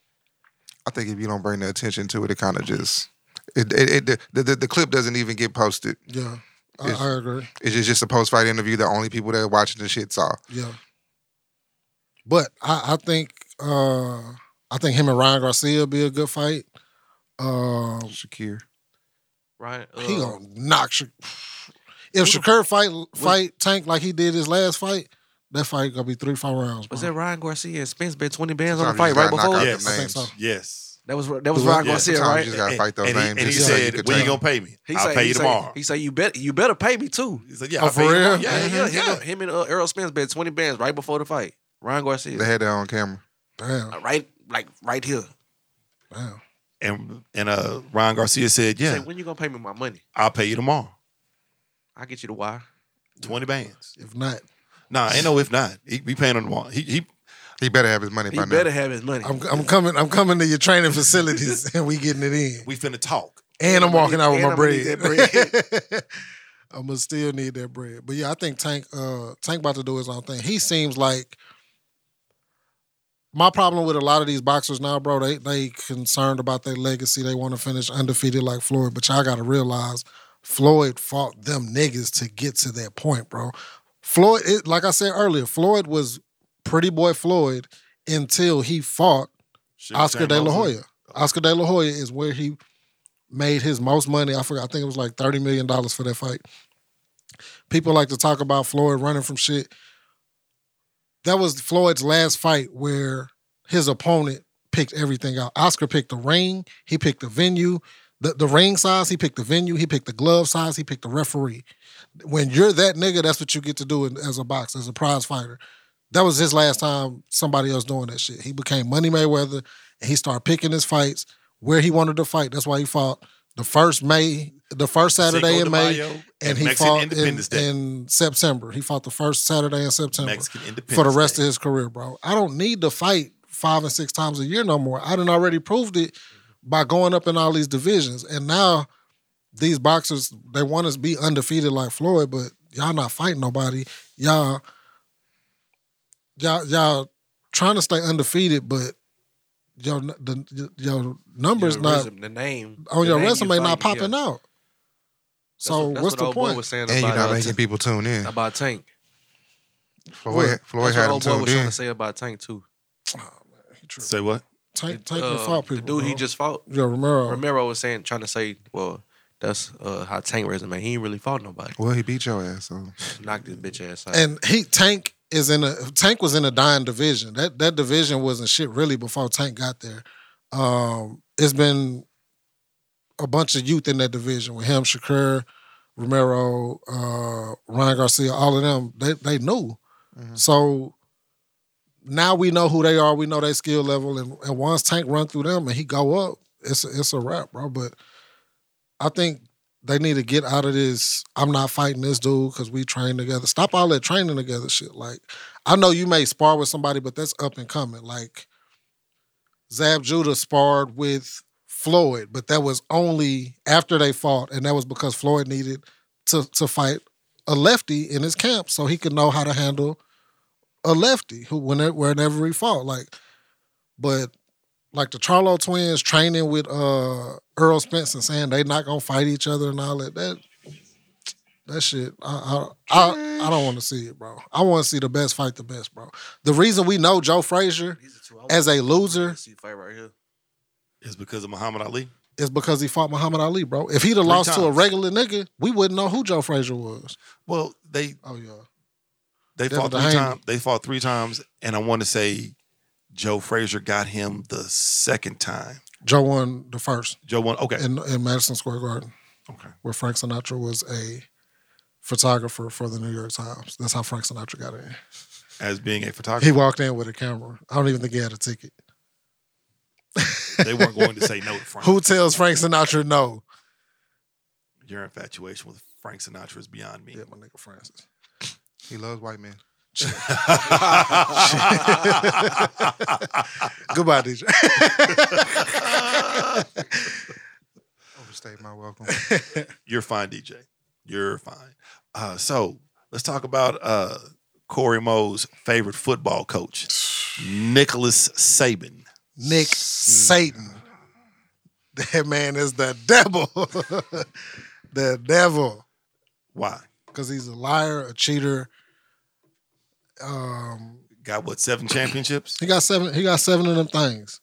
[SPEAKER 7] I think if you don't bring the attention to it, it kind of just it, it, it the- the, the the clip doesn't even get posted.
[SPEAKER 2] yeah, I,
[SPEAKER 7] It's-
[SPEAKER 2] I agree.
[SPEAKER 7] It's just, just a post fight interview that only people that are watching the shit saw.
[SPEAKER 2] Yeah, but I, I think uh, I think him and Ryan Garcia will be a good fight. Um,
[SPEAKER 7] Shakir.
[SPEAKER 6] Right? Uh,
[SPEAKER 2] He gonna knock. Sha- If Shakur fight fight Tank like he did his last fight, that fight gonna be three four rounds. Bro.
[SPEAKER 6] was that Ryan Garcia and Spence bet twenty bands on the
[SPEAKER 7] Sometimes
[SPEAKER 6] fight
[SPEAKER 7] you
[SPEAKER 6] right
[SPEAKER 7] just gotta
[SPEAKER 6] before?
[SPEAKER 7] knock out
[SPEAKER 3] Yes.
[SPEAKER 7] them
[SPEAKER 2] I
[SPEAKER 7] names.
[SPEAKER 2] think so.
[SPEAKER 3] Yes.
[SPEAKER 6] That was that was
[SPEAKER 2] Yeah.
[SPEAKER 6] Ryan
[SPEAKER 3] Yeah.
[SPEAKER 6] Garcia,
[SPEAKER 7] Sometimes
[SPEAKER 6] right?
[SPEAKER 7] you just gotta fight those
[SPEAKER 3] and
[SPEAKER 7] names.
[SPEAKER 3] He, and he
[SPEAKER 7] just so you
[SPEAKER 3] said,
[SPEAKER 7] could
[SPEAKER 3] "When you
[SPEAKER 7] tell.
[SPEAKER 3] gonna pay me?
[SPEAKER 6] He
[SPEAKER 3] I'll
[SPEAKER 6] said-
[SPEAKER 3] pay
[SPEAKER 6] he
[SPEAKER 3] you
[SPEAKER 6] said-
[SPEAKER 3] tomorrow."
[SPEAKER 6] He said, "You bet, you better pay me too."
[SPEAKER 3] He said, "Yeah,
[SPEAKER 2] Oh,
[SPEAKER 3] I'll
[SPEAKER 2] for
[SPEAKER 3] pay you
[SPEAKER 2] real?
[SPEAKER 3] tomorrow."
[SPEAKER 6] Yeah,
[SPEAKER 3] Yeah,
[SPEAKER 6] yeah,
[SPEAKER 3] yeah,
[SPEAKER 6] yeah. Him and uh, Errol Spence bet twenty bands right before the fight. Ryan Garcia, Uh,
[SPEAKER 7] They had that on camera.
[SPEAKER 2] Damn,
[SPEAKER 6] right, like right here.
[SPEAKER 2] damn.
[SPEAKER 3] And and uh, Ron Garcia said,
[SPEAKER 6] He
[SPEAKER 3] "Yeah,
[SPEAKER 6] said, "When you gonna pay me my money?
[SPEAKER 3] I'll pay you tomorrow.
[SPEAKER 6] I get you the wire."
[SPEAKER 3] Twenty bands.
[SPEAKER 2] If not,
[SPEAKER 3] Nah, ain't no if not. He, he paying on tomorrow. He, he
[SPEAKER 7] He better have his money
[SPEAKER 6] He
[SPEAKER 7] by
[SPEAKER 6] better
[SPEAKER 7] now.
[SPEAKER 6] have his money.
[SPEAKER 2] I'm I'm coming. I'm coming to your training facilities, and we getting it in.
[SPEAKER 3] we finna talk.
[SPEAKER 2] And I'm walking out with
[SPEAKER 6] And
[SPEAKER 2] my
[SPEAKER 6] I'ma need
[SPEAKER 2] bread.
[SPEAKER 6] that
[SPEAKER 2] I'm gonna still need that bread. But yeah, I think Tank uh Tank about to do his own thing. He seems like my problem with a lot of these boxers now, bro, they they concerned about their legacy. They want to finish undefeated like Floyd, but y'all gotta realize Floyd fought them niggas to get to that point, bro. Floyd, it, like I said earlier, Floyd was pretty boy Floyd until he fought
[SPEAKER 3] Shit,
[SPEAKER 2] Oscar
[SPEAKER 3] Shane
[SPEAKER 2] De La
[SPEAKER 3] Mosley.
[SPEAKER 2] Hoya. Oscar De La Hoya is where he made his most money. I forgot. I think it was like thirty million dollars for that fight. People like to talk about Floyd running from shit. That was Floyd's last fight where his opponent picked everything out. Oscar picked the ring. He picked the venue. The, the ring size, he picked the venue, he picked the glove size, he picked the referee. When you're that nigga, that's what you get to do in- as a boxer, as a prize fighter. That was his last time somebody else doing that shit. He became Money Mayweather and he started picking his fights where he wanted to fight. That's why he fought the first May, the first Saturday
[SPEAKER 3] Cinco
[SPEAKER 2] in
[SPEAKER 3] de
[SPEAKER 2] May,
[SPEAKER 3] Mayo
[SPEAKER 2] and,
[SPEAKER 3] and
[SPEAKER 2] he
[SPEAKER 3] Mexican
[SPEAKER 2] fought in,
[SPEAKER 3] Independence Day.
[SPEAKER 2] in September. He fought the first Saturday in September
[SPEAKER 3] Mexican Independence
[SPEAKER 2] for the rest
[SPEAKER 3] Day.
[SPEAKER 2] of his career, bro. I don't need to fight five and six times a year no more. I done already proved it by going up in all these divisions, and now these boxers they want us to be undefeated like Floyd, but y'all not fighting nobody. Y'all, y'all, y'all trying to stay undefeated, but your the your numbers
[SPEAKER 6] Your
[SPEAKER 2] not
[SPEAKER 6] resume- the name
[SPEAKER 2] on
[SPEAKER 6] the
[SPEAKER 2] your
[SPEAKER 6] name you
[SPEAKER 2] resume not
[SPEAKER 6] fighting, yeah.
[SPEAKER 2] popping out.
[SPEAKER 6] That's
[SPEAKER 2] So
[SPEAKER 6] what- that's
[SPEAKER 2] what's
[SPEAKER 6] what
[SPEAKER 2] the
[SPEAKER 6] old boy
[SPEAKER 2] point?
[SPEAKER 6] was saying
[SPEAKER 7] And you're
[SPEAKER 6] about,
[SPEAKER 7] not
[SPEAKER 6] uh,
[SPEAKER 7] making
[SPEAKER 6] Tank-
[SPEAKER 7] people tune in.
[SPEAKER 6] about Tank.
[SPEAKER 7] Floyd, Floyd
[SPEAKER 6] That's what
[SPEAKER 7] had him
[SPEAKER 6] old boy
[SPEAKER 7] tuned
[SPEAKER 6] was trying
[SPEAKER 7] in.
[SPEAKER 6] to say about Tank too.
[SPEAKER 3] Say what?
[SPEAKER 2] Take take
[SPEAKER 6] Uh,
[SPEAKER 2] your fault, people.
[SPEAKER 6] The dude he
[SPEAKER 2] bro.
[SPEAKER 6] just fought.
[SPEAKER 2] yeah Romero.
[SPEAKER 6] Romero was saying, trying to say, well, that's uh, how Tank resume. He ain't really fought nobody.
[SPEAKER 7] Well, he beat your ass. So.
[SPEAKER 6] Knocked this bitch ass out.
[SPEAKER 2] and he Tank is in a Tank was in a dying division. That that division wasn't shit really before Tank got there. Um, it's been a bunch of youth in that division with him, Shakur, Romero, uh, Ryan Garcia, all of them. They they knew.
[SPEAKER 6] Mm-hmm.
[SPEAKER 2] So now we know who they are. We know their skill level, and, and once Tank run through them and he go up, it's a, it's a wrap, bro. But I think they need to get out of this. I'm not fighting this dude because we train together. Stop all that training together shit. Like, I know you may spar with somebody, but that's up and coming. Like, Zab Judah sparred with Floyd, but that was only after they fought, and that was because Floyd needed to to fight a lefty in his camp so he could know how to handle a lefty who whenever whenever he fought. Like, but like the Charlo twins training with uh Earl Spence and saying they not gonna fight each other and all that. That that shit, I I I, I don't want to see it, bro. I want to see the best fight the best, bro. The reason we know Joe Frazier as a loser
[SPEAKER 6] See the fight right here.
[SPEAKER 3] It's because of Muhammad Ali.
[SPEAKER 2] is because he fought Muhammad Ali, bro. If he'd have
[SPEAKER 3] Three
[SPEAKER 2] lost to a
[SPEAKER 3] times.
[SPEAKER 2] regular nigga, we wouldn't know who Joe Frazier was.
[SPEAKER 3] Well, they
[SPEAKER 2] Oh yeah,
[SPEAKER 3] they
[SPEAKER 2] Devin
[SPEAKER 3] fought three
[SPEAKER 2] Haney.
[SPEAKER 3] times. They fought three times, and I want to say Joe Frazier got him the second time.
[SPEAKER 2] Joe won the first
[SPEAKER 3] Joe won. Okay,
[SPEAKER 2] in in Madison Square Garden,
[SPEAKER 3] okay.
[SPEAKER 2] where Frank Sinatra was a photographer for the New York Times. That's how Frank Sinatra got in.
[SPEAKER 3] As being a
[SPEAKER 2] He
[SPEAKER 3] photographer,
[SPEAKER 2] walked in with a camera. I don't even think he had a ticket.
[SPEAKER 3] they weren't going to say no to Frank.
[SPEAKER 2] Who tells Frank Sinatra no?
[SPEAKER 3] Your infatuation with Frank Sinatra is beyond me.
[SPEAKER 2] Yeah, my nigga Francis.
[SPEAKER 7] He loves white men.
[SPEAKER 2] Goodbye, DJ.
[SPEAKER 7] Overstayed my welcome.
[SPEAKER 3] You're fine, DJ. You're fine. Uh, so let's talk about uh, Corey Moe's favorite football coach, Nicholas Saban.
[SPEAKER 2] Nick Satan. That man is the devil. the devil.
[SPEAKER 3] Why?
[SPEAKER 2] Because he's a liar, a cheater.
[SPEAKER 3] Got what? Seven championships?
[SPEAKER 2] He got seven. He got seven of them things.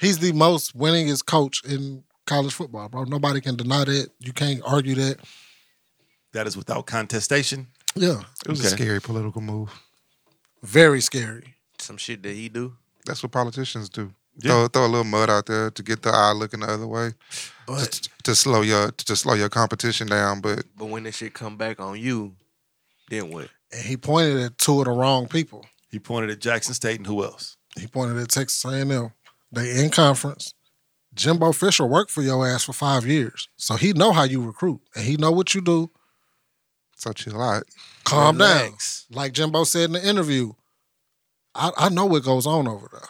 [SPEAKER 2] He's the most winningest coach in college football, bro. Nobody can deny that. You can't argue that.
[SPEAKER 3] That is without contestation.
[SPEAKER 2] Yeah,
[SPEAKER 7] It was a
[SPEAKER 3] Okay.
[SPEAKER 7] scary political move.
[SPEAKER 2] very scary.
[SPEAKER 6] Some shit that he do.
[SPEAKER 7] That's what politicians do.
[SPEAKER 3] Yeah.
[SPEAKER 7] Throw, throw a little mud out there to get the eye looking the other way,
[SPEAKER 2] But
[SPEAKER 7] to slow your to slow your competition down. But
[SPEAKER 6] But when this shit come back on you, then what?
[SPEAKER 2] and he pointed at two of the wrong people.
[SPEAKER 3] He pointed at Jackson State and who else?
[SPEAKER 2] He pointed at Texas A&M. They in conference. Jimbo Fisher worked for your ass for five years, so he know how you recruit and he know what you do.
[SPEAKER 7] so chill out.
[SPEAKER 2] Calm
[SPEAKER 6] Relax.
[SPEAKER 2] down. Like Jimbo said in the interview, I, I know what goes on over there.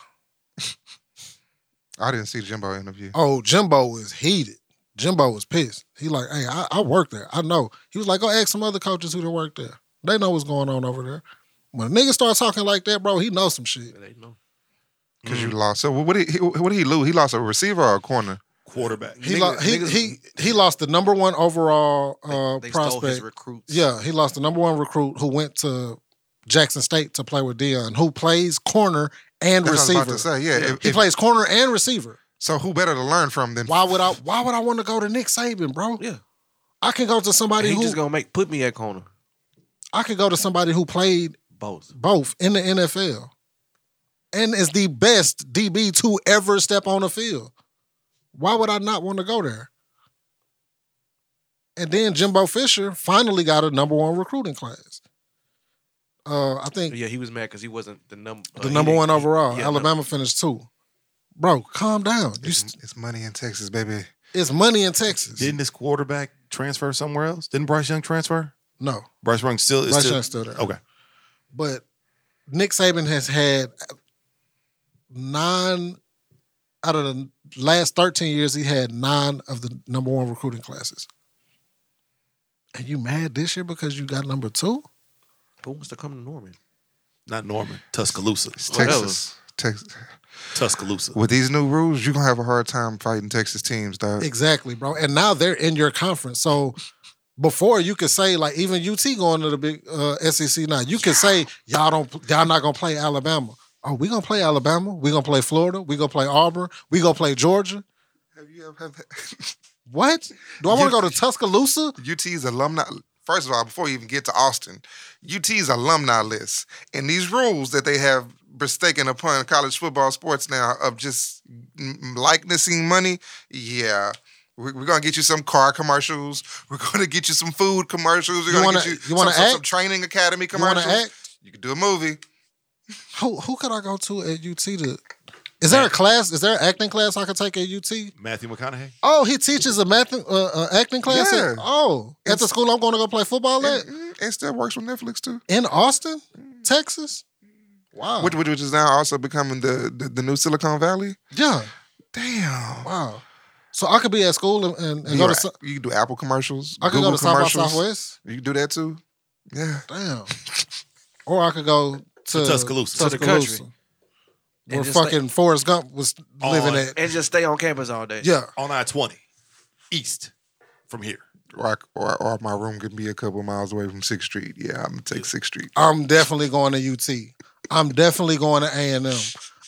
[SPEAKER 7] I didn't see the Jimbo interview.
[SPEAKER 2] Oh, Jimbo was heated. Jimbo was pissed. He like, hey, I, I work there. I know. He was like, go ask some other coaches who done work there. They know what's going on over there. When a nigga start talking like that, bro, he knows some shit.
[SPEAKER 6] It ain't no.
[SPEAKER 7] Because
[SPEAKER 2] Mm-hmm.
[SPEAKER 7] you lost. So what did he, what did he lose? He lost a receiver or a corner.
[SPEAKER 3] Quarterback.
[SPEAKER 2] He,
[SPEAKER 6] Niggas-
[SPEAKER 2] lo- he,
[SPEAKER 6] niggas-
[SPEAKER 2] he he lost the number one overall uh,
[SPEAKER 6] They stole his
[SPEAKER 2] prospect.
[SPEAKER 6] recruits.
[SPEAKER 2] yeah, he lost the number one recruit who went to Jackson State to play with Dion, who plays corner and
[SPEAKER 7] That's
[SPEAKER 2] receiver.
[SPEAKER 7] what I was about to say. Yeah. if-
[SPEAKER 2] he
[SPEAKER 7] if-
[SPEAKER 2] plays corner and receiver.
[SPEAKER 7] so who better to learn from than
[SPEAKER 2] Why would I? Why would I want to go to Nick Saban, bro?
[SPEAKER 6] Yeah.
[SPEAKER 2] I can go to
[SPEAKER 6] And
[SPEAKER 2] somebody
[SPEAKER 6] he
[SPEAKER 2] who
[SPEAKER 6] just gonna make put me at corner.
[SPEAKER 2] I could go to somebody who played
[SPEAKER 6] Both.
[SPEAKER 2] both in the NFL and is the best DB to ever step on the field. Why would I not want to go there? And then Jimbo Fisher finally got a number one recruiting class. Uh, I think
[SPEAKER 6] But yeah, he was mad because he wasn't the number
[SPEAKER 2] the number one overall.
[SPEAKER 6] yeah,
[SPEAKER 2] Alabama finished two. Bro, calm down. You,
[SPEAKER 7] It's,
[SPEAKER 2] s-
[SPEAKER 7] it's money in Texas, baby.
[SPEAKER 2] it's money in Texas.
[SPEAKER 3] Didn't this quarterback transfer somewhere else? Didn't Bryce Young transfer?
[SPEAKER 2] No,
[SPEAKER 3] Bryce Young still is
[SPEAKER 2] Bryce
[SPEAKER 3] still,
[SPEAKER 2] Young's still there.
[SPEAKER 3] Okay.
[SPEAKER 2] but Nick Saban has had nine out of the last 13 years, he had nine of the number one recruiting classes. And you mad this year because you got number two?
[SPEAKER 6] Who wants to come to Norman?
[SPEAKER 3] Not Norman. Tuscaloosa.
[SPEAKER 7] It's
[SPEAKER 6] Whatever.
[SPEAKER 7] Texas. Texas.
[SPEAKER 3] Tuscaloosa.
[SPEAKER 7] With these new rules, you're going to have a hard time fighting Texas teams, dog.
[SPEAKER 2] Exactly, bro. And now they're in your conference. So before you could say, like, even UT going to the big uh, SEC now, you could say, y'all don't, y'all not gonna play Alabama. Oh, we gonna play Alabama. We gonna play Florida. We gonna play Auburn. We gonna play Georgia.
[SPEAKER 7] Have you ever have
[SPEAKER 2] What? Do I want to go to Tuscaloosa?
[SPEAKER 7] UT's alumni? First of all, before you even get to Austin, UT's alumni list and these rules that they have mistaken upon college football sports now of just mm, likenessing money. Yeah. We're going to get you some car commercials. We're going to get you some food commercials. We're
[SPEAKER 2] You
[SPEAKER 7] going to
[SPEAKER 2] wanna-
[SPEAKER 7] get you,
[SPEAKER 2] you wanna
[SPEAKER 7] some, some, some
[SPEAKER 2] act?
[SPEAKER 7] training academy
[SPEAKER 2] You want
[SPEAKER 7] commercials.
[SPEAKER 2] to act?
[SPEAKER 7] You could do a movie.
[SPEAKER 2] Who who could I go to at UT to? Is there a class? Is there an acting class I could take at UT?
[SPEAKER 3] Matthew McConaughey.
[SPEAKER 2] Oh, he teaches a math uh, uh, acting class. at-
[SPEAKER 7] Yeah.
[SPEAKER 2] oh, at the school I'm going to go play football at
[SPEAKER 7] And, mm, it still works with Netflix too.
[SPEAKER 2] in Austin, Texas. Wow.
[SPEAKER 7] Which, which is now also becoming the, the the new Silicon Valley.
[SPEAKER 2] yeah.
[SPEAKER 7] Damn.
[SPEAKER 2] Wow. So I could be at school and, and, and
[SPEAKER 7] You,
[SPEAKER 2] go to.
[SPEAKER 7] right.
[SPEAKER 2] so-
[SPEAKER 7] You can do Apple commercials.
[SPEAKER 2] I could
[SPEAKER 7] Google
[SPEAKER 2] go to South by
[SPEAKER 7] commercials.
[SPEAKER 2] Southwest.
[SPEAKER 7] You can do that too. Yeah.
[SPEAKER 2] Damn. or I could go to,
[SPEAKER 3] Tuscaloosa. To
[SPEAKER 6] the
[SPEAKER 2] Tuscaloosa,
[SPEAKER 6] country.
[SPEAKER 2] Where
[SPEAKER 6] And just stay-
[SPEAKER 2] fucking Forrest Gump was living
[SPEAKER 3] On-
[SPEAKER 2] at.
[SPEAKER 6] And just stay on campus all day.
[SPEAKER 2] Yeah.
[SPEAKER 3] On I 20. East from here.
[SPEAKER 7] Or, I, or or my room can be a couple miles away from Sixth Street. Yeah, I'm gonna take Sixth Street.
[SPEAKER 2] I'm definitely going to UT. I'm definitely going to A and M.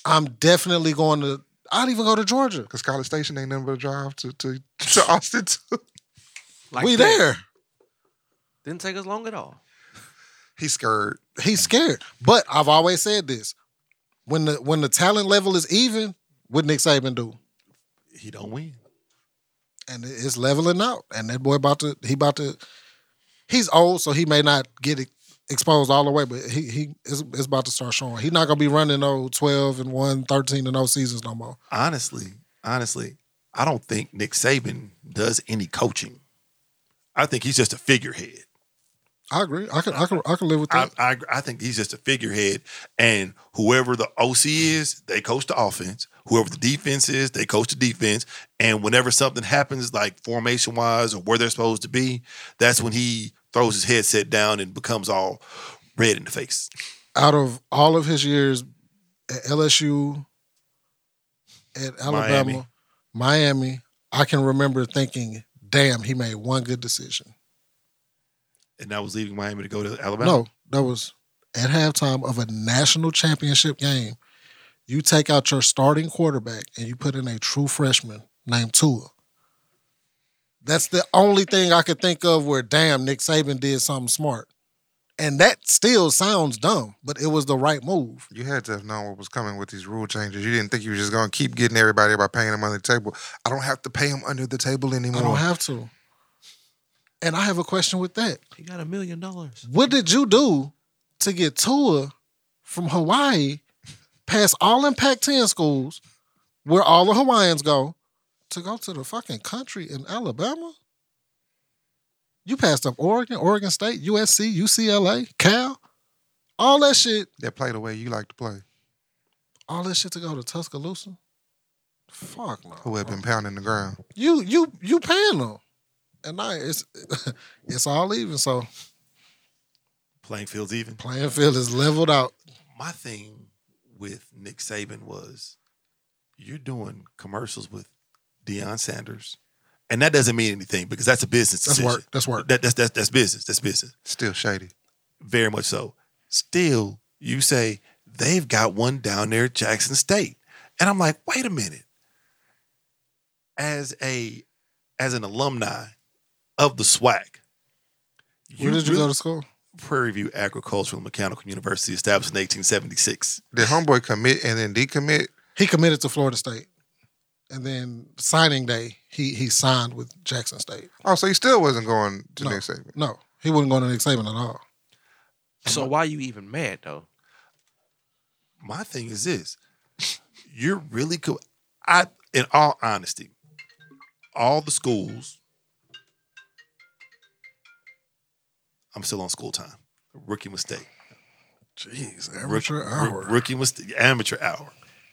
[SPEAKER 2] I'm definitely going to. I'd even go to Georgia.
[SPEAKER 7] Cause College Station ain't nothing but a drive to to, to Austin. Too.
[SPEAKER 6] Like
[SPEAKER 2] we
[SPEAKER 6] that.
[SPEAKER 2] there.
[SPEAKER 6] Didn't take us long at all.
[SPEAKER 7] He's scared.
[SPEAKER 2] He's scared, but I've always said this: when the when the talent level is even, what Nick Saban do,
[SPEAKER 3] He don't win.
[SPEAKER 2] and it- it's leveling out. And that boy about to he about to. He's old, so he may not get it exposed all the way, but he he is, is about to start showing. He's not gonna be running no 12 and 1, 13 and 0 seasons no more.
[SPEAKER 3] honestly, honestly, I don't think Nick Saban does any coaching. I think he's just a figurehead.
[SPEAKER 2] I agree. I can I can I can live with
[SPEAKER 3] I,
[SPEAKER 2] that.
[SPEAKER 3] I I think he's just a figurehead, and whoever the OC is, they coach the offense. Whoever the defense is, they coach the defense. And whenever something happens, like formation wise or where they're supposed to be, that's when he throws his headset down and becomes all red in the face.
[SPEAKER 2] Out of all of his years at LSU, at Alabama, Miami. I can remember thinking, "Damn, he made one good decision."
[SPEAKER 3] And I was leaving Miami to go to Alabama.
[SPEAKER 2] No, that was at halftime of a national championship game. You take out your starting quarterback and you put in a true freshman named Tua. That's the only thing I could think of where, damn, Nick Saban did something smart. And that still sounds dumb, but it was the right move.
[SPEAKER 7] You had to have known what was coming with these rule changes. You didn't think you were just going to keep getting everybody by paying them under the table. I don't have to pay them under the table anymore.
[SPEAKER 2] I don't have to. And I have a question with that.
[SPEAKER 6] He got a million dollars.
[SPEAKER 2] What did you do to get Tua from Hawaii past all in Pac 10 schools where all the Hawaiians go to go to the fucking country in Alabama? You passed up Oregon, Oregon State, USC, UCLA, Cal, all that shit,
[SPEAKER 7] that play the way you like to play.
[SPEAKER 2] all that shit to go to Tuscaloosa. Fuck no.
[SPEAKER 7] Who had been pounding the ground?
[SPEAKER 2] you you you paying them, and I it's it's all even. So
[SPEAKER 3] Playing fields even.
[SPEAKER 2] playing field is leveled out.
[SPEAKER 3] My thing with Nick Saban was you're doing commercials with Deion Sanders. And that doesn't mean anything because that's a business
[SPEAKER 2] That's
[SPEAKER 3] decision.
[SPEAKER 2] work. That's work.
[SPEAKER 3] That, that's, that's, that's business. That's business.
[SPEAKER 7] Still shady.
[SPEAKER 3] Very much so. Still, you say they've got one down there at Jackson State. And I'm like, wait a minute. As a as an alumni of the SWAC,
[SPEAKER 2] Where did you
[SPEAKER 3] really-
[SPEAKER 2] go to school?
[SPEAKER 3] Prairie View Agricultural and Mechanical University, established in 1876.
[SPEAKER 7] Did homeboy commit and then decommit?
[SPEAKER 2] He committed to Florida State, and then signing day he he signed with Jackson State.
[SPEAKER 7] Oh, so he still wasn't going to
[SPEAKER 2] No.
[SPEAKER 7] Nick Saban.
[SPEAKER 2] No, he wasn't going to Nick Saban at all.
[SPEAKER 6] So why you even mad though?
[SPEAKER 3] My thing is this: you're really cool. I, in all honesty, all the schools. I'm still on school time. Rookie mistake.
[SPEAKER 2] Jeez,
[SPEAKER 3] Rook-
[SPEAKER 2] amateur
[SPEAKER 3] rook-
[SPEAKER 2] hour.
[SPEAKER 3] Rookie mistake. Amateur hour.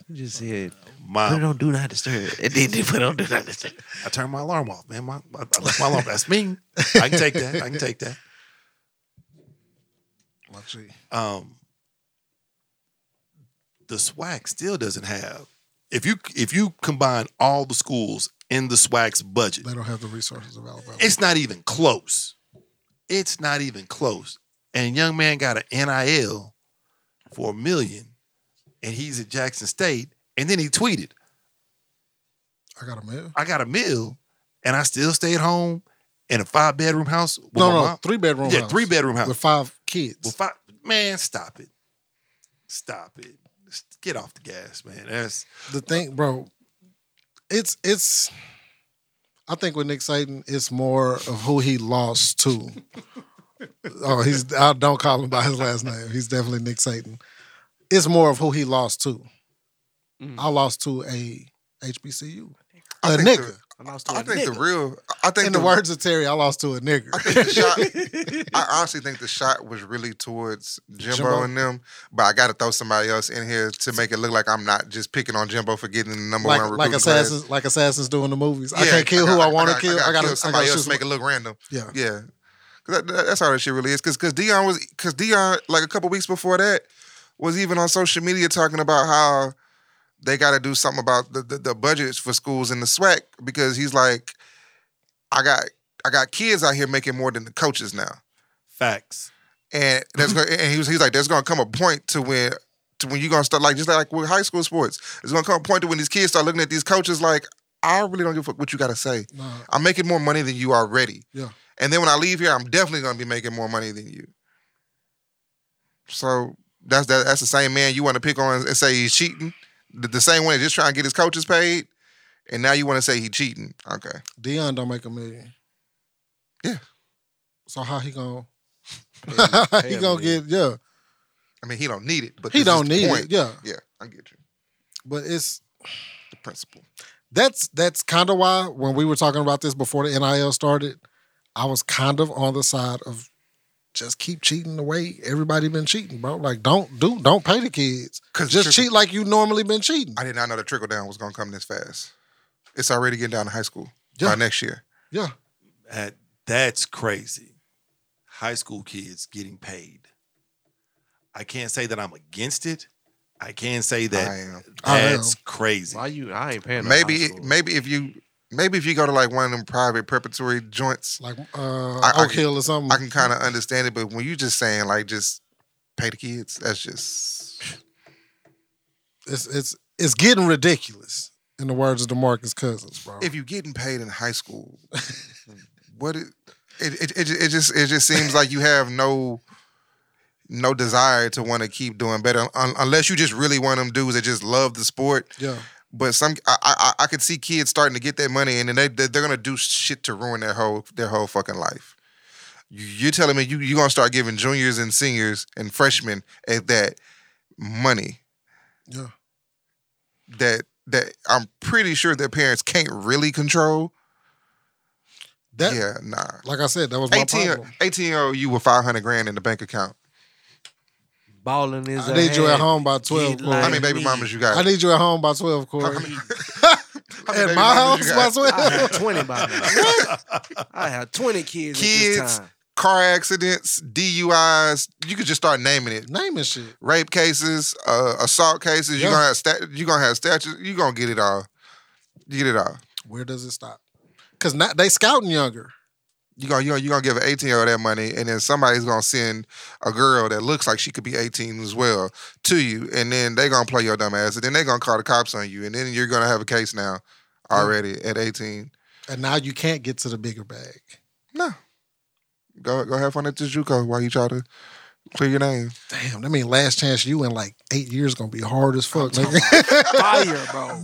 [SPEAKER 6] You just said
[SPEAKER 2] Uh,
[SPEAKER 3] My,
[SPEAKER 6] put it on do not disturb. It did they put it on do not disturb.
[SPEAKER 3] I turned my alarm off, man. My, I I left my alarm. That's mean. I can take that. I can take that.
[SPEAKER 2] My G.
[SPEAKER 3] um, the SWAC still doesn't have. If you if you combine all the schools in the SWAC's budget,
[SPEAKER 2] They don't have the resources of Alabama.
[SPEAKER 3] it's not even close. It's not even close. And young man got an NIL for a million, and he's at Jackson State. And then he tweeted,
[SPEAKER 2] I got a mail.
[SPEAKER 3] "I got a mill, and I still stay at home in a five bedroom house." With
[SPEAKER 2] No,
[SPEAKER 3] my
[SPEAKER 2] no,
[SPEAKER 3] mom."
[SPEAKER 2] three bedroom.
[SPEAKER 3] Yeah,
[SPEAKER 2] house
[SPEAKER 3] three bedroom house.
[SPEAKER 2] with five kids.
[SPEAKER 3] Well, fi- man, stop it. Stop it. S- Get off the gas, man. That's
[SPEAKER 2] the thing, bro, it's it's. I think with Nick Saban, it's more of who he lost to. oh, he's I don't call him by his last name. He's definitely Nick Saban. It's more of who he lost to. I lost to a HBCU, a
[SPEAKER 7] think
[SPEAKER 2] nigga.
[SPEAKER 6] I lost
[SPEAKER 7] I think the real. I think
[SPEAKER 2] In the
[SPEAKER 7] the
[SPEAKER 2] words of Terry, I lost to a nigga.
[SPEAKER 7] shot. I honestly think the shot was really towards Jimbo,
[SPEAKER 2] Jimbo.
[SPEAKER 7] and them, but I got to throw somebody else in here to make it look like I'm not just picking on Jimbo for getting the number
[SPEAKER 2] like
[SPEAKER 7] one recruit.
[SPEAKER 2] like assassins, like assassins do in the movies. I
[SPEAKER 7] Yeah,
[SPEAKER 2] can't kill who
[SPEAKER 7] got-
[SPEAKER 2] I want to
[SPEAKER 7] got-
[SPEAKER 2] kill. I
[SPEAKER 7] got
[SPEAKER 2] got to
[SPEAKER 7] somebody else
[SPEAKER 2] shoot
[SPEAKER 7] to make it look random.
[SPEAKER 2] Yeah.
[SPEAKER 7] Yeah. 'Cause That, that- that's how that shit really is. Cause, cause Dion was, cause Dion, like a couple weeks before that, was even on social media talking about how they got to do something about the, the the budgets for schools in the SWAC because he's like, I got I got kids out here making more than the coaches now,
[SPEAKER 3] facts.
[SPEAKER 7] and that's gonna, and he was he's like, there's gonna come a point to when to when you gonna start like just like with high school sports, there's gonna come a point to when these kids start looking at these coaches like, I really don't give a fuck what you gotta say.
[SPEAKER 2] Nah.
[SPEAKER 7] I'm making more money than you already.
[SPEAKER 2] Yeah.
[SPEAKER 7] And then when I leave here, I'm definitely gonna be making more money than you. So that's that, that's the same man you want to pick on and say he's cheating. The, the same one that's just trying to get his coaches paid, and now you want to say he cheating. Okay.
[SPEAKER 2] Dion don't make a million.
[SPEAKER 7] Yeah.
[SPEAKER 2] So how he gonna
[SPEAKER 6] pay
[SPEAKER 2] he
[SPEAKER 6] a
[SPEAKER 2] gonna
[SPEAKER 6] million.
[SPEAKER 2] get yeah.
[SPEAKER 7] I mean, he don't need it, but
[SPEAKER 2] He
[SPEAKER 7] this is
[SPEAKER 2] don't
[SPEAKER 7] the
[SPEAKER 2] need
[SPEAKER 7] point.
[SPEAKER 2] it. Yeah.
[SPEAKER 7] Yeah, I get you.
[SPEAKER 2] But it's
[SPEAKER 7] The principle.
[SPEAKER 2] that's that's kind of why when we were talking about this before the NIL started, I was kind of on the side of just keep cheating the way everybody been cheating, bro. Like don't do don't pay the kids.
[SPEAKER 7] 'Cause
[SPEAKER 2] just
[SPEAKER 7] trickle-
[SPEAKER 2] cheat like you normally been cheating.
[SPEAKER 7] I did not know the trickle down was gonna come this fast. It's already getting down to high school
[SPEAKER 2] Yeah.
[SPEAKER 7] by next year.
[SPEAKER 2] yeah.
[SPEAKER 3] That, that's crazy. High school kids getting paid. I can't say that I'm against it. I can say that
[SPEAKER 7] I am.
[SPEAKER 2] I am.
[SPEAKER 3] that's crazy.
[SPEAKER 6] Why you? I ain't paying. no
[SPEAKER 7] Maybe
[SPEAKER 6] high school.
[SPEAKER 7] maybe if you maybe if you go to like one of them private preparatory joints,
[SPEAKER 2] Like uh
[SPEAKER 7] I
[SPEAKER 2] Oak
[SPEAKER 7] can-
[SPEAKER 2] Hill or something.
[SPEAKER 7] I can
[SPEAKER 6] Mm-hmm.
[SPEAKER 7] kind of understand it. But when you just saying like just pay the kids, that's just
[SPEAKER 2] it's it's it's getting ridiculous in the words of DeMarcus Cousins, bro.
[SPEAKER 7] if you getting paid in high school, what it it, it it it just it just seems like you have no no desire to want to keep doing better un- unless you just really one of them dudes that just love the sport.
[SPEAKER 2] yeah.
[SPEAKER 7] But some I, I I could see kids starting to get that money and then they they're gonna do shit to ruin their whole their whole fucking life. You- You're telling me you you gonna start giving juniors and seniors and freshmen at that money
[SPEAKER 2] Yeah.
[SPEAKER 7] that that I'm pretty sure their parents can't really control.
[SPEAKER 2] That
[SPEAKER 7] yeah, nah.
[SPEAKER 2] like I said, that was my
[SPEAKER 7] 18,
[SPEAKER 2] problem.
[SPEAKER 7] 18 year old you with five hundred grand in the bank account.
[SPEAKER 6] balling is.
[SPEAKER 2] I need you at home by twelve,
[SPEAKER 6] Get
[SPEAKER 2] Corey.
[SPEAKER 7] How
[SPEAKER 6] like-
[SPEAKER 7] many baby
[SPEAKER 6] me.
[SPEAKER 7] mamas you
[SPEAKER 2] I
[SPEAKER 7] got?
[SPEAKER 2] need you at home by twelve, Corey.
[SPEAKER 7] How many
[SPEAKER 2] At
[SPEAKER 7] baby
[SPEAKER 2] my
[SPEAKER 7] mamas
[SPEAKER 2] house
[SPEAKER 7] you
[SPEAKER 2] by
[SPEAKER 6] I
[SPEAKER 7] got?
[SPEAKER 2] twelve.
[SPEAKER 6] have twenty by now. I have twenty kids. Kids.
[SPEAKER 7] Kids, car accidents, DUIs. You could just start naming it.
[SPEAKER 2] Naming shit.
[SPEAKER 7] Rape cases, uh, assault cases.
[SPEAKER 2] Yeah.
[SPEAKER 7] You're gonna have stat- you gonna have statutes. You're gonna get it all. You get it all.
[SPEAKER 2] Where does it stop? Cause now they scouting younger.
[SPEAKER 7] You gonna you gonna, you gonna give an 18 year old that money, and then somebody's gonna send a girl that looks like she could be 18 as well to you, and then they gonna play your dumb ass, and then they gonna call the cops on you, and then you're gonna have a case now already at 18.
[SPEAKER 2] And now you can't get to the bigger bag.
[SPEAKER 7] No, go go have fun at the JUCO while you try to clear your name.
[SPEAKER 2] Damn, that mean last chance you in like eight years gonna be hard as fuck, nigga.
[SPEAKER 6] Fire, bro.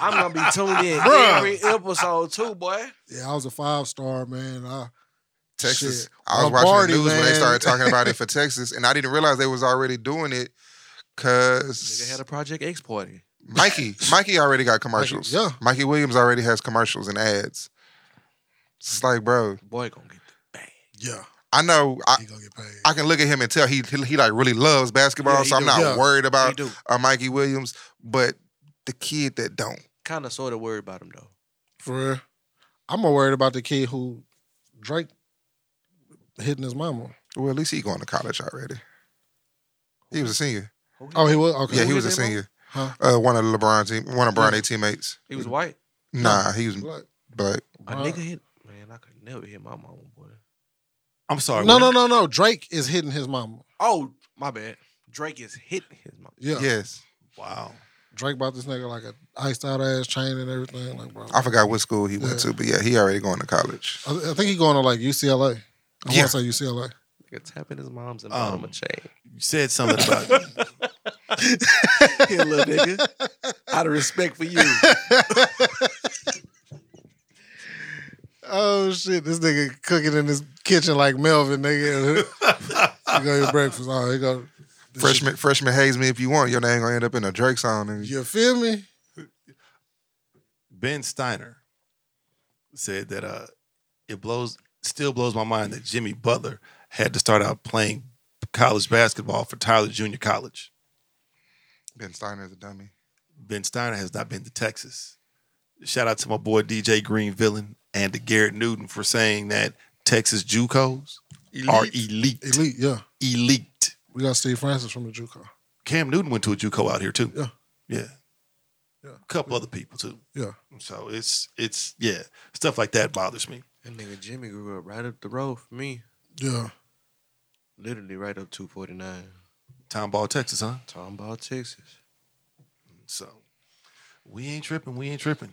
[SPEAKER 6] I'm gonna be tuned in every episode too, boy.
[SPEAKER 2] yeah, I was a five star man. I,
[SPEAKER 7] Texas.
[SPEAKER 2] Shit.
[SPEAKER 7] I was watching
[SPEAKER 2] Lombardi,
[SPEAKER 7] the news when
[SPEAKER 2] man.
[SPEAKER 7] they started talking about it for Texas, and I didn't realize they was already doing it
[SPEAKER 6] Nigga
[SPEAKER 7] because
[SPEAKER 6] had a Project X party.
[SPEAKER 7] Mikey, Mikey already got commercials.
[SPEAKER 2] yeah.
[SPEAKER 7] Mikey Williams already has commercials and ads. It's like, bro,
[SPEAKER 6] Boy, gonna get the bag.
[SPEAKER 2] yeah,
[SPEAKER 7] I know I,
[SPEAKER 2] he gonna get paid.
[SPEAKER 7] I can look at him and tell he he, he, like really loves basketball,
[SPEAKER 6] Yeah, he
[SPEAKER 7] so I'm
[SPEAKER 6] do.
[SPEAKER 7] not
[SPEAKER 2] Yeah.
[SPEAKER 7] worried
[SPEAKER 6] He
[SPEAKER 7] about
[SPEAKER 6] do.
[SPEAKER 7] uh, Mikey Williams, but the kid that don't.
[SPEAKER 6] Kind of sort of worried about him though.
[SPEAKER 2] For real. I'm more worried about the kid who Drake hitting his mama.
[SPEAKER 7] Well, at least he going to college already. He was a senior.
[SPEAKER 6] Who
[SPEAKER 2] Oh, he was okay.
[SPEAKER 7] Yeah, he
[SPEAKER 6] Who
[SPEAKER 7] was a
[SPEAKER 6] is that, bro?
[SPEAKER 7] senior.
[SPEAKER 2] Huh?
[SPEAKER 7] Uh, one of the LeBron team, one of Bronny teammates.
[SPEAKER 6] He was white.
[SPEAKER 7] Nah, he was
[SPEAKER 2] Like,
[SPEAKER 7] black.
[SPEAKER 6] A
[SPEAKER 2] Bruh.
[SPEAKER 6] nigga hit man. I could never hit my mama, boy.
[SPEAKER 3] I'm sorry.
[SPEAKER 2] no,
[SPEAKER 3] what-
[SPEAKER 2] no, no, no. Drake is hitting his mama.
[SPEAKER 6] Oh, my bad. Drake is hitting his mama.
[SPEAKER 2] Yeah,
[SPEAKER 7] Yes.
[SPEAKER 3] Wow.
[SPEAKER 2] Drake bought this nigga like a iced out ass chain and everything. Like, bro,
[SPEAKER 7] I forgot what school he went
[SPEAKER 2] Yeah.
[SPEAKER 7] to, but yeah, he already going to college.
[SPEAKER 2] I, I think he going to like UCLA. I
[SPEAKER 7] Yeah.
[SPEAKER 2] want to say UCLA.
[SPEAKER 6] Nigga tapping his mom's and
[SPEAKER 3] Um,
[SPEAKER 6] bottom of chain.
[SPEAKER 3] You said something about
[SPEAKER 6] Here, little nigga. Out of respect for you.
[SPEAKER 2] Oh shit, this nigga cooking in his kitchen like Melvin, nigga. you got your breakfast. Oh, he go. this
[SPEAKER 7] Freshman, freshman haze me if you want. Your name gonna end up in a Drake song.
[SPEAKER 2] shit-
[SPEAKER 7] And
[SPEAKER 2] You feel me?
[SPEAKER 3] Ben Steiner said that uh, it blows still blows my mind that Jimmy Butler had to start out playing college basketball for Tyler Junior College.
[SPEAKER 7] Ben Steiner's a dummy.
[SPEAKER 3] Ben Steiner has not been to Texas. Shout out to my boy DJ Green Villain and to Garrett Newton for saying that Texas JUCOs are elite. elite.
[SPEAKER 2] Elite, yeah. We got Steve Francis from the JUCO.
[SPEAKER 3] Cam Newton went to a JUCO out here too.
[SPEAKER 2] Yeah.
[SPEAKER 3] Yeah.
[SPEAKER 2] Yeah.
[SPEAKER 3] A couple other people too.
[SPEAKER 2] Yeah.
[SPEAKER 3] So it's it's yeah, stuff like that bothers me.
[SPEAKER 6] That nigga Jimmy grew up right up the road from me.
[SPEAKER 2] Yeah.
[SPEAKER 6] Literally right up 249.
[SPEAKER 3] Tomball, Texas, huh?
[SPEAKER 6] Tomball, Texas.
[SPEAKER 3] So we ain't tripping. We ain't tripping.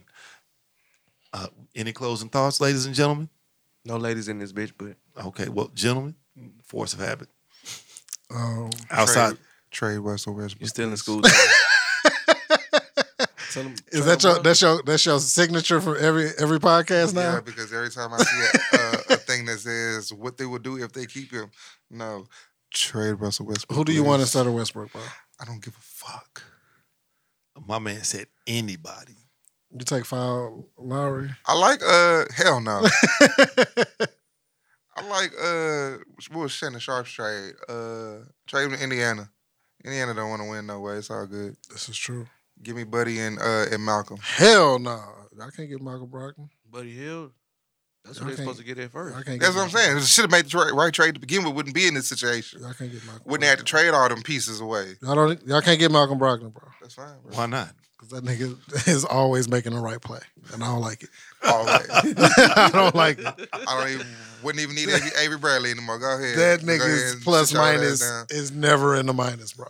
[SPEAKER 3] Uh, any closing thoughts, ladies and gentlemen?
[SPEAKER 6] No ladies in this bitch, but
[SPEAKER 3] Okay, well, gentlemen, force of habit.
[SPEAKER 2] Um,
[SPEAKER 3] Outside,
[SPEAKER 7] Trey Russell Westbrook.
[SPEAKER 6] you still in
[SPEAKER 7] please.
[SPEAKER 6] school. Tell 'em-
[SPEAKER 2] is
[SPEAKER 6] tell
[SPEAKER 2] that
[SPEAKER 6] 'em,
[SPEAKER 2] your
[SPEAKER 6] bro.
[SPEAKER 2] that's your that's your signature for every every podcast now?
[SPEAKER 7] Yeah, because every time I see a, a, a thing that says what they would do if they keep him, no, trade Russell Westbrook.
[SPEAKER 2] Who do you want
[SPEAKER 7] please.
[SPEAKER 2] instead of Westbrook, bro?
[SPEAKER 7] I don't give a fuck.
[SPEAKER 3] my man said anybody.
[SPEAKER 2] You take five Lowry.
[SPEAKER 7] I like uh hell no. I like uh what was Shannon Sharp's trade? Uh trade with Indiana. Indiana don't want to win no way. It's all good.
[SPEAKER 2] This is true.
[SPEAKER 7] Give me Buddy and uh and Malcolm.
[SPEAKER 2] Hell no. I can't get Michael Brockton.
[SPEAKER 6] Buddy Hill. That's
[SPEAKER 2] I
[SPEAKER 6] what they're
[SPEAKER 2] can't-
[SPEAKER 6] supposed to get at first.
[SPEAKER 2] I can't.
[SPEAKER 7] That's
[SPEAKER 2] get
[SPEAKER 7] what I'm saying. Should have made the tra- right trade to begin with. Wouldn't be in this situation.
[SPEAKER 2] Michael- I can't get Michael.
[SPEAKER 7] Wouldn't have had to trade all them pieces away.
[SPEAKER 2] Y'all don't. e, Y'all can't get Malcolm Brogdon, bro.
[SPEAKER 7] That's fine. Bro.
[SPEAKER 3] Why not?
[SPEAKER 2] Because that nigga is always making the right play, and I don't like it.
[SPEAKER 7] All right.
[SPEAKER 2] I don't like it.
[SPEAKER 7] I don't even wouldn't even need Avery, Avery Bradley anymore. Go ahead.
[SPEAKER 2] That
[SPEAKER 7] Go ahead
[SPEAKER 2] nigga's
[SPEAKER 7] and
[SPEAKER 2] plus
[SPEAKER 7] sit your ass
[SPEAKER 2] minus
[SPEAKER 7] down.
[SPEAKER 2] is never in the minus, bro.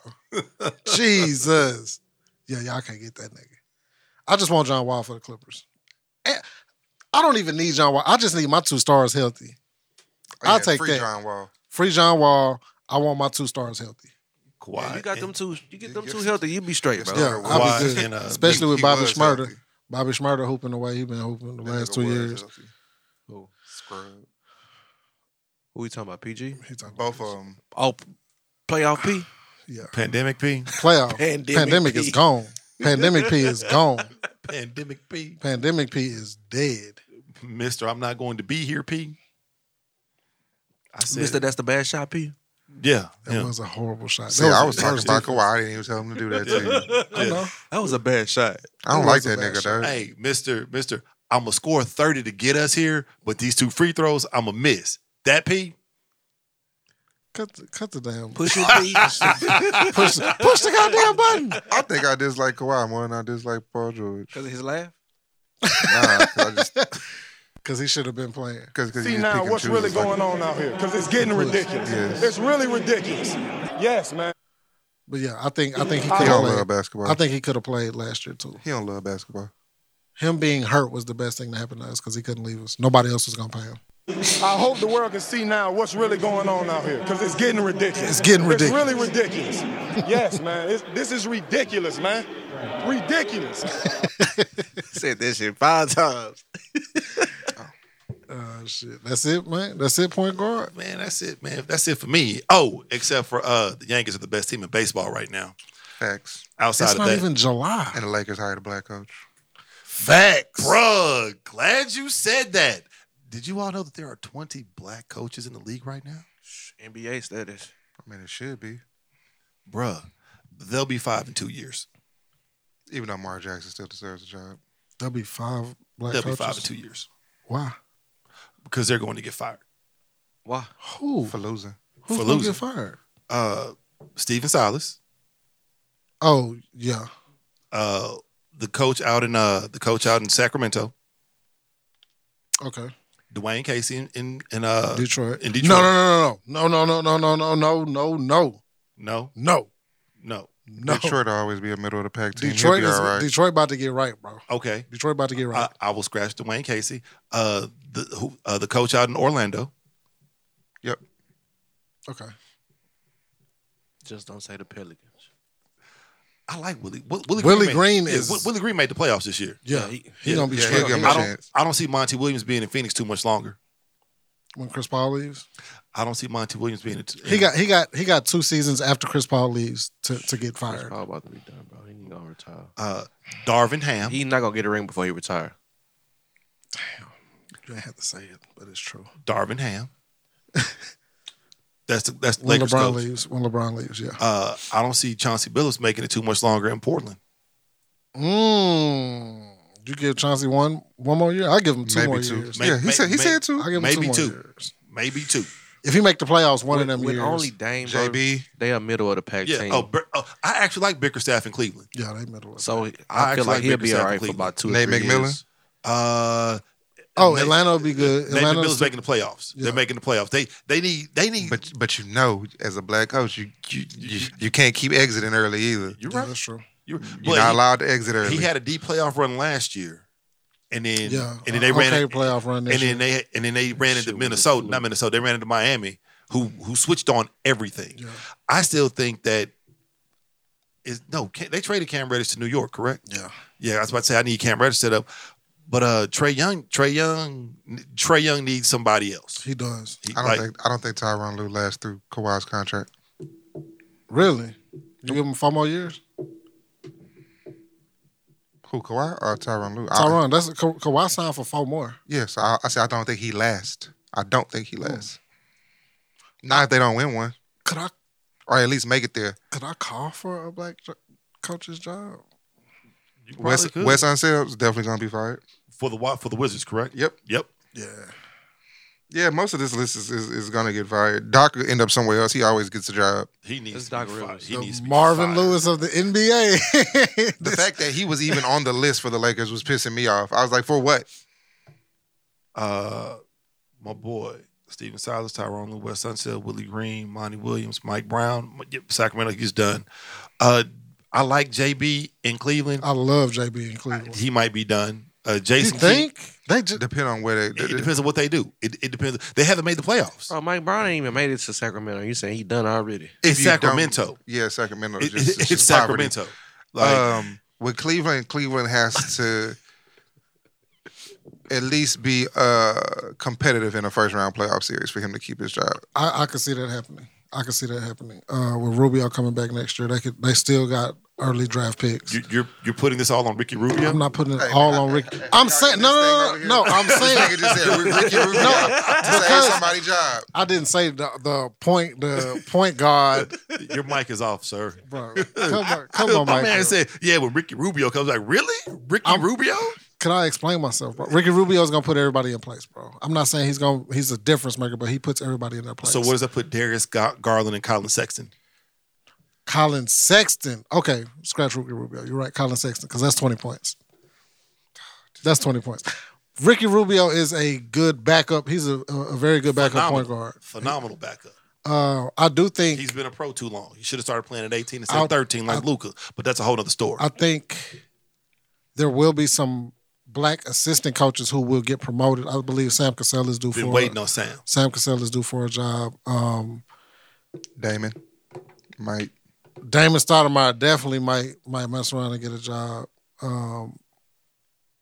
[SPEAKER 2] Jesus. Yeah, y'all can't get that nigga. I just want John Wall for the Clippers. Eh, I don't even need John Wall. I just need my two stars healthy.
[SPEAKER 7] Oh, yeah,
[SPEAKER 2] I'll take
[SPEAKER 7] free
[SPEAKER 2] that.
[SPEAKER 7] John Wall.
[SPEAKER 2] Free John Wall. I want my two stars healthy.
[SPEAKER 3] Kawhi.
[SPEAKER 6] Yeah, you got them two. You get them
[SPEAKER 7] Yes.
[SPEAKER 6] two healthy, you be straight, bro.
[SPEAKER 2] Yeah, I'll
[SPEAKER 3] Kawhi
[SPEAKER 2] be good.
[SPEAKER 3] and, uh,
[SPEAKER 2] Especially with
[SPEAKER 7] he
[SPEAKER 2] Bobby
[SPEAKER 7] was
[SPEAKER 2] Schmurter.
[SPEAKER 7] healthy.
[SPEAKER 2] Bobby Schmurter hooping the way he been hooping the
[SPEAKER 7] That
[SPEAKER 2] last
[SPEAKER 7] nigga
[SPEAKER 2] two
[SPEAKER 7] was uh,
[SPEAKER 2] years.
[SPEAKER 7] healthy.
[SPEAKER 6] Who?
[SPEAKER 7] Scrub.
[SPEAKER 6] Who we talking about? PG?
[SPEAKER 2] He talking about
[SPEAKER 7] Both of them.
[SPEAKER 6] Oh, playoff P.
[SPEAKER 2] Yeah.
[SPEAKER 3] Pandemic P.
[SPEAKER 2] Playoff.
[SPEAKER 6] Pandemic
[SPEAKER 2] Pandemic,
[SPEAKER 6] P.
[SPEAKER 2] is gone. Pandemic P is gone.
[SPEAKER 3] Pandemic P.
[SPEAKER 2] Pandemic P is dead.
[SPEAKER 3] Mister, I'm not going to be here, P. I said,
[SPEAKER 6] Mister,
[SPEAKER 3] Mister,
[SPEAKER 6] that's the bad shot P.
[SPEAKER 3] yeah,
[SPEAKER 2] That
[SPEAKER 3] yeah.
[SPEAKER 2] was a horrible shot.
[SPEAKER 7] See,
[SPEAKER 2] That
[SPEAKER 7] I
[SPEAKER 2] a-
[SPEAKER 7] was
[SPEAKER 2] that
[SPEAKER 7] talking about
[SPEAKER 2] different.
[SPEAKER 7] Kawhi. I didn't even tell him to do that to you.
[SPEAKER 2] I know.
[SPEAKER 6] That was a bad shot.
[SPEAKER 7] I don't
[SPEAKER 2] It
[SPEAKER 7] like
[SPEAKER 2] was a
[SPEAKER 7] that
[SPEAKER 2] bad
[SPEAKER 7] nigga,
[SPEAKER 2] shot.
[SPEAKER 7] though.
[SPEAKER 3] Hey, Mister, Mister, I'm gonna score 30 to get us here, but these two free throws, I'm gonna miss. That P.
[SPEAKER 2] Cut, the- cut the damn push,
[SPEAKER 6] Push it, P.
[SPEAKER 2] push, the- push the goddamn button.
[SPEAKER 7] I think I dislike Kawhi more than I dislike Paul George.
[SPEAKER 6] Because of his laugh.
[SPEAKER 7] Nah, cause I just
[SPEAKER 2] Because he should have been playing.
[SPEAKER 7] cause, cause
[SPEAKER 8] See
[SPEAKER 7] you just
[SPEAKER 8] now
[SPEAKER 7] pick and
[SPEAKER 8] what's
[SPEAKER 7] choose.
[SPEAKER 8] really
[SPEAKER 7] It's like-
[SPEAKER 8] going on out here, because it's getting ridiculous.
[SPEAKER 7] Yes.
[SPEAKER 8] It's really ridiculous. Yes, man.
[SPEAKER 2] But yeah, I think I think he
[SPEAKER 7] He
[SPEAKER 2] could
[SPEAKER 7] don't
[SPEAKER 2] have
[SPEAKER 7] love
[SPEAKER 2] played.
[SPEAKER 7] basketball.
[SPEAKER 2] I think he could have played last year too.
[SPEAKER 7] he don't love basketball.
[SPEAKER 2] Him being hurt was the best thing that happened to us because he couldn't leave us. Nobody else was gonna pay him.
[SPEAKER 8] I hope the world can see now what's really going on out here, because it's getting ridiculous.
[SPEAKER 2] It's getting
[SPEAKER 8] It's really ridiculous. yes, man. It's, this is ridiculous, man. Ridiculous.
[SPEAKER 6] Said that shit five times.
[SPEAKER 7] Uh,
[SPEAKER 2] Oh shit, that's it, man. That's it, point guard.
[SPEAKER 3] Man, that's it, man. That's it for me. Oh, except for uh, the Yankees are the best team in baseball right now.
[SPEAKER 7] Facts.
[SPEAKER 3] Outside
[SPEAKER 2] It's
[SPEAKER 3] of
[SPEAKER 2] not
[SPEAKER 3] that,
[SPEAKER 2] even July.
[SPEAKER 7] And the Lakers hired a black coach.
[SPEAKER 3] Facts. Bruh, glad you said that. Did you all know that there are 20 black coaches in the league right now?
[SPEAKER 6] NBA status.
[SPEAKER 7] I mean, it should be.
[SPEAKER 3] Bruh, they'll be five in two years.
[SPEAKER 7] Even though Mar Jackson still deserves a job.
[SPEAKER 2] There'll be five black
[SPEAKER 3] they'll
[SPEAKER 2] coaches.
[SPEAKER 3] be five in two years
[SPEAKER 2] Why?
[SPEAKER 3] because they're going to get fired.
[SPEAKER 6] Why?
[SPEAKER 2] Who?
[SPEAKER 7] For losing.
[SPEAKER 2] Who's
[SPEAKER 3] for
[SPEAKER 2] gonna
[SPEAKER 3] losing.
[SPEAKER 2] get fired?
[SPEAKER 3] Uh, Steven Silas,
[SPEAKER 2] Oh yeah,
[SPEAKER 3] uh, the coach out in uh, the coach out in Sacramento,
[SPEAKER 2] okay.
[SPEAKER 3] Dwayne Casey in in, in uh,
[SPEAKER 2] Detroit.
[SPEAKER 3] in
[SPEAKER 2] No,
[SPEAKER 3] Detroit.
[SPEAKER 2] no, no, no, no, no, no, no, no, no, no, no,
[SPEAKER 3] no,
[SPEAKER 2] no,
[SPEAKER 3] no.
[SPEAKER 2] no.
[SPEAKER 7] Detroit will always be a middle of the pack team. Detroit
[SPEAKER 2] Detroit
[SPEAKER 7] He'll be
[SPEAKER 2] is
[SPEAKER 7] all right.
[SPEAKER 2] Detroit about to get right, bro.
[SPEAKER 3] Okay,
[SPEAKER 2] Detroit about to get right.
[SPEAKER 3] I, I will scratch Dwayne Casey. Uh, the who, uh, the coach out in Orlando.
[SPEAKER 7] Yep.
[SPEAKER 2] okay.
[SPEAKER 6] Just don't say the Pelicans.
[SPEAKER 3] I like Willie. Will- Willie,
[SPEAKER 2] Willie
[SPEAKER 3] made-
[SPEAKER 2] Green
[SPEAKER 3] yeah,
[SPEAKER 2] is-
[SPEAKER 3] Will- Willie Green made the playoffs this year.
[SPEAKER 2] Yeah,
[SPEAKER 6] he-
[SPEAKER 2] he's
[SPEAKER 3] yeah,
[SPEAKER 2] gonna be
[SPEAKER 7] yeah,
[SPEAKER 2] straight.
[SPEAKER 7] he'll give him
[SPEAKER 3] I
[SPEAKER 7] a
[SPEAKER 3] don't.
[SPEAKER 7] chance.
[SPEAKER 3] I don't see Monty Williams being in Phoenix too much longer.
[SPEAKER 2] When Chris Paul leaves,
[SPEAKER 3] I don't see Monty Williams being. In,
[SPEAKER 2] he got he got he got two seasons after Chris Paul leaves to, to get
[SPEAKER 6] He's
[SPEAKER 2] fired.
[SPEAKER 6] probably about to be done, bro. He ain't gonna retire.
[SPEAKER 3] uh, Darvin Ham.
[SPEAKER 6] He not gonna get a ring before he retire.
[SPEAKER 2] You ain't have to say it, but it's true.
[SPEAKER 3] Darvin Ham. that's the, that's the
[SPEAKER 2] When
[SPEAKER 3] Lakers
[SPEAKER 2] LeBron
[SPEAKER 3] coach.
[SPEAKER 2] leaves, when LeBron leaves, yeah.
[SPEAKER 3] Uh, I don't see Chauncey Billups making it too much longer in Portland.
[SPEAKER 2] Mm. You give Chauncey one one more year. I give him two
[SPEAKER 7] Maybe
[SPEAKER 2] more
[SPEAKER 7] two.
[SPEAKER 2] years.
[SPEAKER 3] May-
[SPEAKER 7] yeah, he
[SPEAKER 3] may-
[SPEAKER 7] said he
[SPEAKER 3] may-
[SPEAKER 7] said two.
[SPEAKER 2] I give him
[SPEAKER 3] Maybe
[SPEAKER 2] two more
[SPEAKER 3] two.
[SPEAKER 2] years.
[SPEAKER 3] Maybe two.
[SPEAKER 2] If he make the playoffs, one
[SPEAKER 6] With,
[SPEAKER 2] of them
[SPEAKER 6] with
[SPEAKER 2] years.
[SPEAKER 6] only Dame, bro,
[SPEAKER 7] JB.
[SPEAKER 6] they are middle of the pack
[SPEAKER 3] Yeah.
[SPEAKER 6] team.
[SPEAKER 3] Oh, Br- oh, I actually like Bickerstaff in Cleveland.
[SPEAKER 2] yeah, they middle. of-
[SPEAKER 6] so I,
[SPEAKER 3] I
[SPEAKER 6] feel
[SPEAKER 3] actually
[SPEAKER 6] like
[SPEAKER 3] like
[SPEAKER 6] he'll be
[SPEAKER 3] Bickerstaff
[SPEAKER 6] all right for
[SPEAKER 3] completely.
[SPEAKER 6] about two. or
[SPEAKER 7] Nate
[SPEAKER 6] three
[SPEAKER 7] McMillan?
[SPEAKER 6] years.
[SPEAKER 3] Uh,
[SPEAKER 2] oh,
[SPEAKER 3] Nate-
[SPEAKER 2] Atlanta will be good.
[SPEAKER 3] Nate
[SPEAKER 2] Atlanta
[SPEAKER 3] Billups making the playoffs.
[SPEAKER 2] Yeah.
[SPEAKER 3] They're making the playoffs. They they need they need.
[SPEAKER 7] But but you know, as a black coach, you you, you, you can't keep exiting early either.
[SPEAKER 3] you're
[SPEAKER 2] yeah,
[SPEAKER 3] right.
[SPEAKER 2] that's true.
[SPEAKER 3] You're,
[SPEAKER 7] You're not allowed to exit early.
[SPEAKER 3] He had a deep playoff run last year, and then
[SPEAKER 2] Yeah, Uh,
[SPEAKER 3] and then they ran
[SPEAKER 2] okay
[SPEAKER 3] it-
[SPEAKER 2] playoff run.
[SPEAKER 3] and
[SPEAKER 2] This year.
[SPEAKER 3] then they and then they ran into
[SPEAKER 6] Shit, what a
[SPEAKER 3] Minnesota,
[SPEAKER 6] fluke.
[SPEAKER 3] not Minnesota. They ran into Miami, who who switched on everything.
[SPEAKER 2] Yeah.
[SPEAKER 3] I still think that is no. Ca- They traded Cam Reddish to New York, correct?
[SPEAKER 2] yeah,
[SPEAKER 3] Yeah, I was about to say I need Cam Reddish set up, but uh, Trey Young, Trey Young, Trey Young needs somebody else.
[SPEAKER 2] he does.
[SPEAKER 3] He-
[SPEAKER 7] I don't
[SPEAKER 3] like,
[SPEAKER 7] think I don't think Tyronn Lue lasts through Kawhi's contract.
[SPEAKER 2] Really? You give him four more years?
[SPEAKER 7] Who Kawhi or Tyronn Lue? I-
[SPEAKER 2] Tyron, that's Ka- Kawhi signed for four more.
[SPEAKER 7] Yeah, so I, I said I don't think he lasts. I don't think he lasts. Not if they don't win one,
[SPEAKER 2] Could I
[SPEAKER 7] or at least make it there.
[SPEAKER 2] could I call for a black jo- coach's job?
[SPEAKER 3] You probably
[SPEAKER 7] Wes
[SPEAKER 3] could.
[SPEAKER 7] Wes Unsel's definitely gonna be fired.
[SPEAKER 3] for the Wa- for the Wizards, correct?
[SPEAKER 7] Yep.
[SPEAKER 3] Yep.
[SPEAKER 2] Yeah.
[SPEAKER 7] Yeah, most of this list is, is, is gonna get fired. Doc will end up somewhere else. He always gets a job.
[SPEAKER 3] He needs
[SPEAKER 6] It's
[SPEAKER 3] to
[SPEAKER 6] Doc
[SPEAKER 3] be fired.
[SPEAKER 6] Rivers.
[SPEAKER 3] He
[SPEAKER 2] The
[SPEAKER 3] needs to be
[SPEAKER 2] Marvin
[SPEAKER 3] fired.
[SPEAKER 2] Lewis of the NBA.
[SPEAKER 7] The
[SPEAKER 2] This-
[SPEAKER 7] fact that he was even on the list for the Lakers was pissing me off. I was like, for what?
[SPEAKER 3] Uh, my boy Steven Silas, Tyrone Lue, Wes Sunset, Willie Green, Monty Williams, Mike Brown. Yep, Sacramento, he's done. Uh, I like JB in Cleveland.
[SPEAKER 2] I love JB in Cleveland.
[SPEAKER 3] he might be done. Uh,
[SPEAKER 2] you
[SPEAKER 3] Jason,
[SPEAKER 2] think they just
[SPEAKER 7] Depend on where they.
[SPEAKER 3] Kidd, it depends on what they do. It, it depends. They haven't made the playoffs.
[SPEAKER 6] Oh, Mike Brown ain't even made it to Sacramento. You saying he done already?
[SPEAKER 7] if
[SPEAKER 3] it's
[SPEAKER 7] you don't-
[SPEAKER 3] Sacramento.
[SPEAKER 7] Yeah, Sacramento.
[SPEAKER 3] It-
[SPEAKER 7] just-
[SPEAKER 3] it- it's
[SPEAKER 7] just poverty.
[SPEAKER 3] Sacramento. Like,
[SPEAKER 7] um, with Cleveland, Cleveland has to at least be uh, competitive in a first round playoff series for him to keep his job.
[SPEAKER 2] I, I could see that happening. I could see that happening. Uh, with Rubio coming back next year, they could they still got early draft picks.
[SPEAKER 3] you, you're you're putting this all on Ricky Rubio.
[SPEAKER 2] I'm not putting it all on Ricky. I'm saying no, no, no, no, no. I'm
[SPEAKER 7] Nigga
[SPEAKER 2] saying
[SPEAKER 7] just said "We're Ricky Rubio to save somebody's job.
[SPEAKER 2] I didn't say the, the point the point guard,
[SPEAKER 3] Your mic is off, sir.
[SPEAKER 2] bro. Come on, come on,
[SPEAKER 3] My
[SPEAKER 2] Mike.
[SPEAKER 3] man said, "Yeah, when Ricky Rubio comes, like really, Ricky
[SPEAKER 2] I'm-
[SPEAKER 3] Rubio?
[SPEAKER 2] Can I explain myself, bro? Ricky Rubio's gonna put everybody in place, bro. I'm not saying he's gonna he's a difference maker, but he puts everybody in their place.
[SPEAKER 3] So what does that put Darius Ga- Garland and Colin Sexton?
[SPEAKER 2] Colin Sexton. Okay, scratch Ricky Rubio. You're right, Colin Sexton, because that's 20 points. That's 20 points. Ricky Rubio is a good backup. He's a, a a very good backup point guard.
[SPEAKER 3] phenomenal backup.
[SPEAKER 2] Uh, I do think
[SPEAKER 3] He's been a pro too long. He should have started playing at 18 instead
[SPEAKER 2] I'll-
[SPEAKER 3] of 13 like Luca. But that's a whole other story.
[SPEAKER 2] I think there will be some black assistant coaches who will get promoted. I believe Sam Cassell is due
[SPEAKER 3] been
[SPEAKER 2] for
[SPEAKER 3] waiting on Sam.
[SPEAKER 2] Sam Cassell is due for a job. Um,
[SPEAKER 7] Damon, Mike,
[SPEAKER 2] Damon Stoudemire definitely might might mess around and get a job um,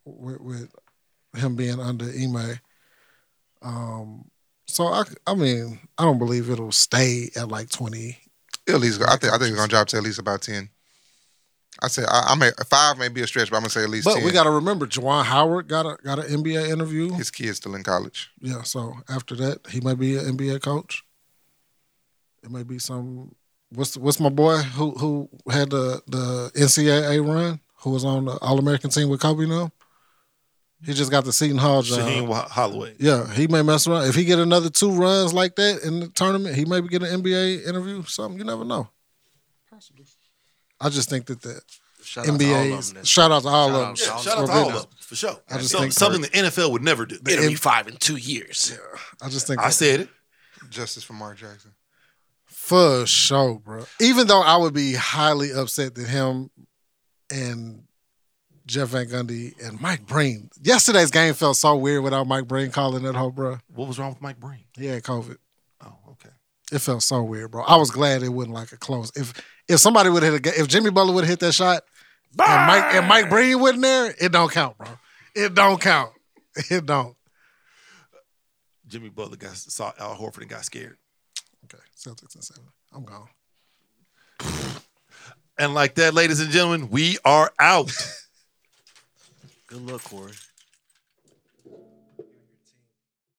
[SPEAKER 2] with, with him being under Ime. Um, so I, I mean, I don't believe it'll stay at like twenty.
[SPEAKER 7] at least I think I think he's gonna drop to at least about ten. I say I, I may five may be a stretch, but I'm gonna say at least.
[SPEAKER 2] But
[SPEAKER 7] 10.
[SPEAKER 2] we got to remember, Juwan Howard got a got an NBA interview.
[SPEAKER 7] his kids still in college.
[SPEAKER 2] Yeah, so after that, he might be an NBA coach. It might be some. What's what's my boy who who had the the NCAA run? Who was on the All American team with Kobe now? He just got the Seton Hall job.
[SPEAKER 3] Shaheen Wa- Holloway.
[SPEAKER 2] Yeah, he may mess around. If he get another two runs like that in the tournament, he may get an NBA interview. Something you never know. Possibly. I just think that the
[SPEAKER 6] Shout out to all of them.
[SPEAKER 2] NBA's shout out to all
[SPEAKER 6] Shout
[SPEAKER 2] of them.
[SPEAKER 6] out to all
[SPEAKER 3] Shout out to
[SPEAKER 2] For
[SPEAKER 3] all of
[SPEAKER 2] business.
[SPEAKER 3] them for sure.
[SPEAKER 2] I just
[SPEAKER 3] Some-
[SPEAKER 2] think
[SPEAKER 3] something the NFL would never do.
[SPEAKER 6] It'll be
[SPEAKER 2] If-
[SPEAKER 6] five in two years.
[SPEAKER 2] I just think
[SPEAKER 3] I
[SPEAKER 2] that-
[SPEAKER 3] said it.
[SPEAKER 7] Justice for Mark Jackson.
[SPEAKER 2] For sure, bro. Even though I would be highly upset that him and Jeff Van Gundy and Mike Breen. Yesterday's game felt so weird without Mike Breen calling that whole bro.
[SPEAKER 3] What was wrong with Mike Breen?
[SPEAKER 2] He had COVID.
[SPEAKER 3] Oh, okay.
[SPEAKER 2] It felt so weird, bro. I was glad it wasn't like a close. If if somebody would have hit a, ga- if Jimmy Butler would have hit that shot and Mike and Mike Breen wasn't there, it don't count, bro. It don't count. It don't.
[SPEAKER 3] Jimmy Butler got saw Al Horford and got scared.
[SPEAKER 2] Okay, Celtics and seven. I'm gone.
[SPEAKER 3] And like that, ladies and gentlemen, we are out.
[SPEAKER 6] Good luck, Corey.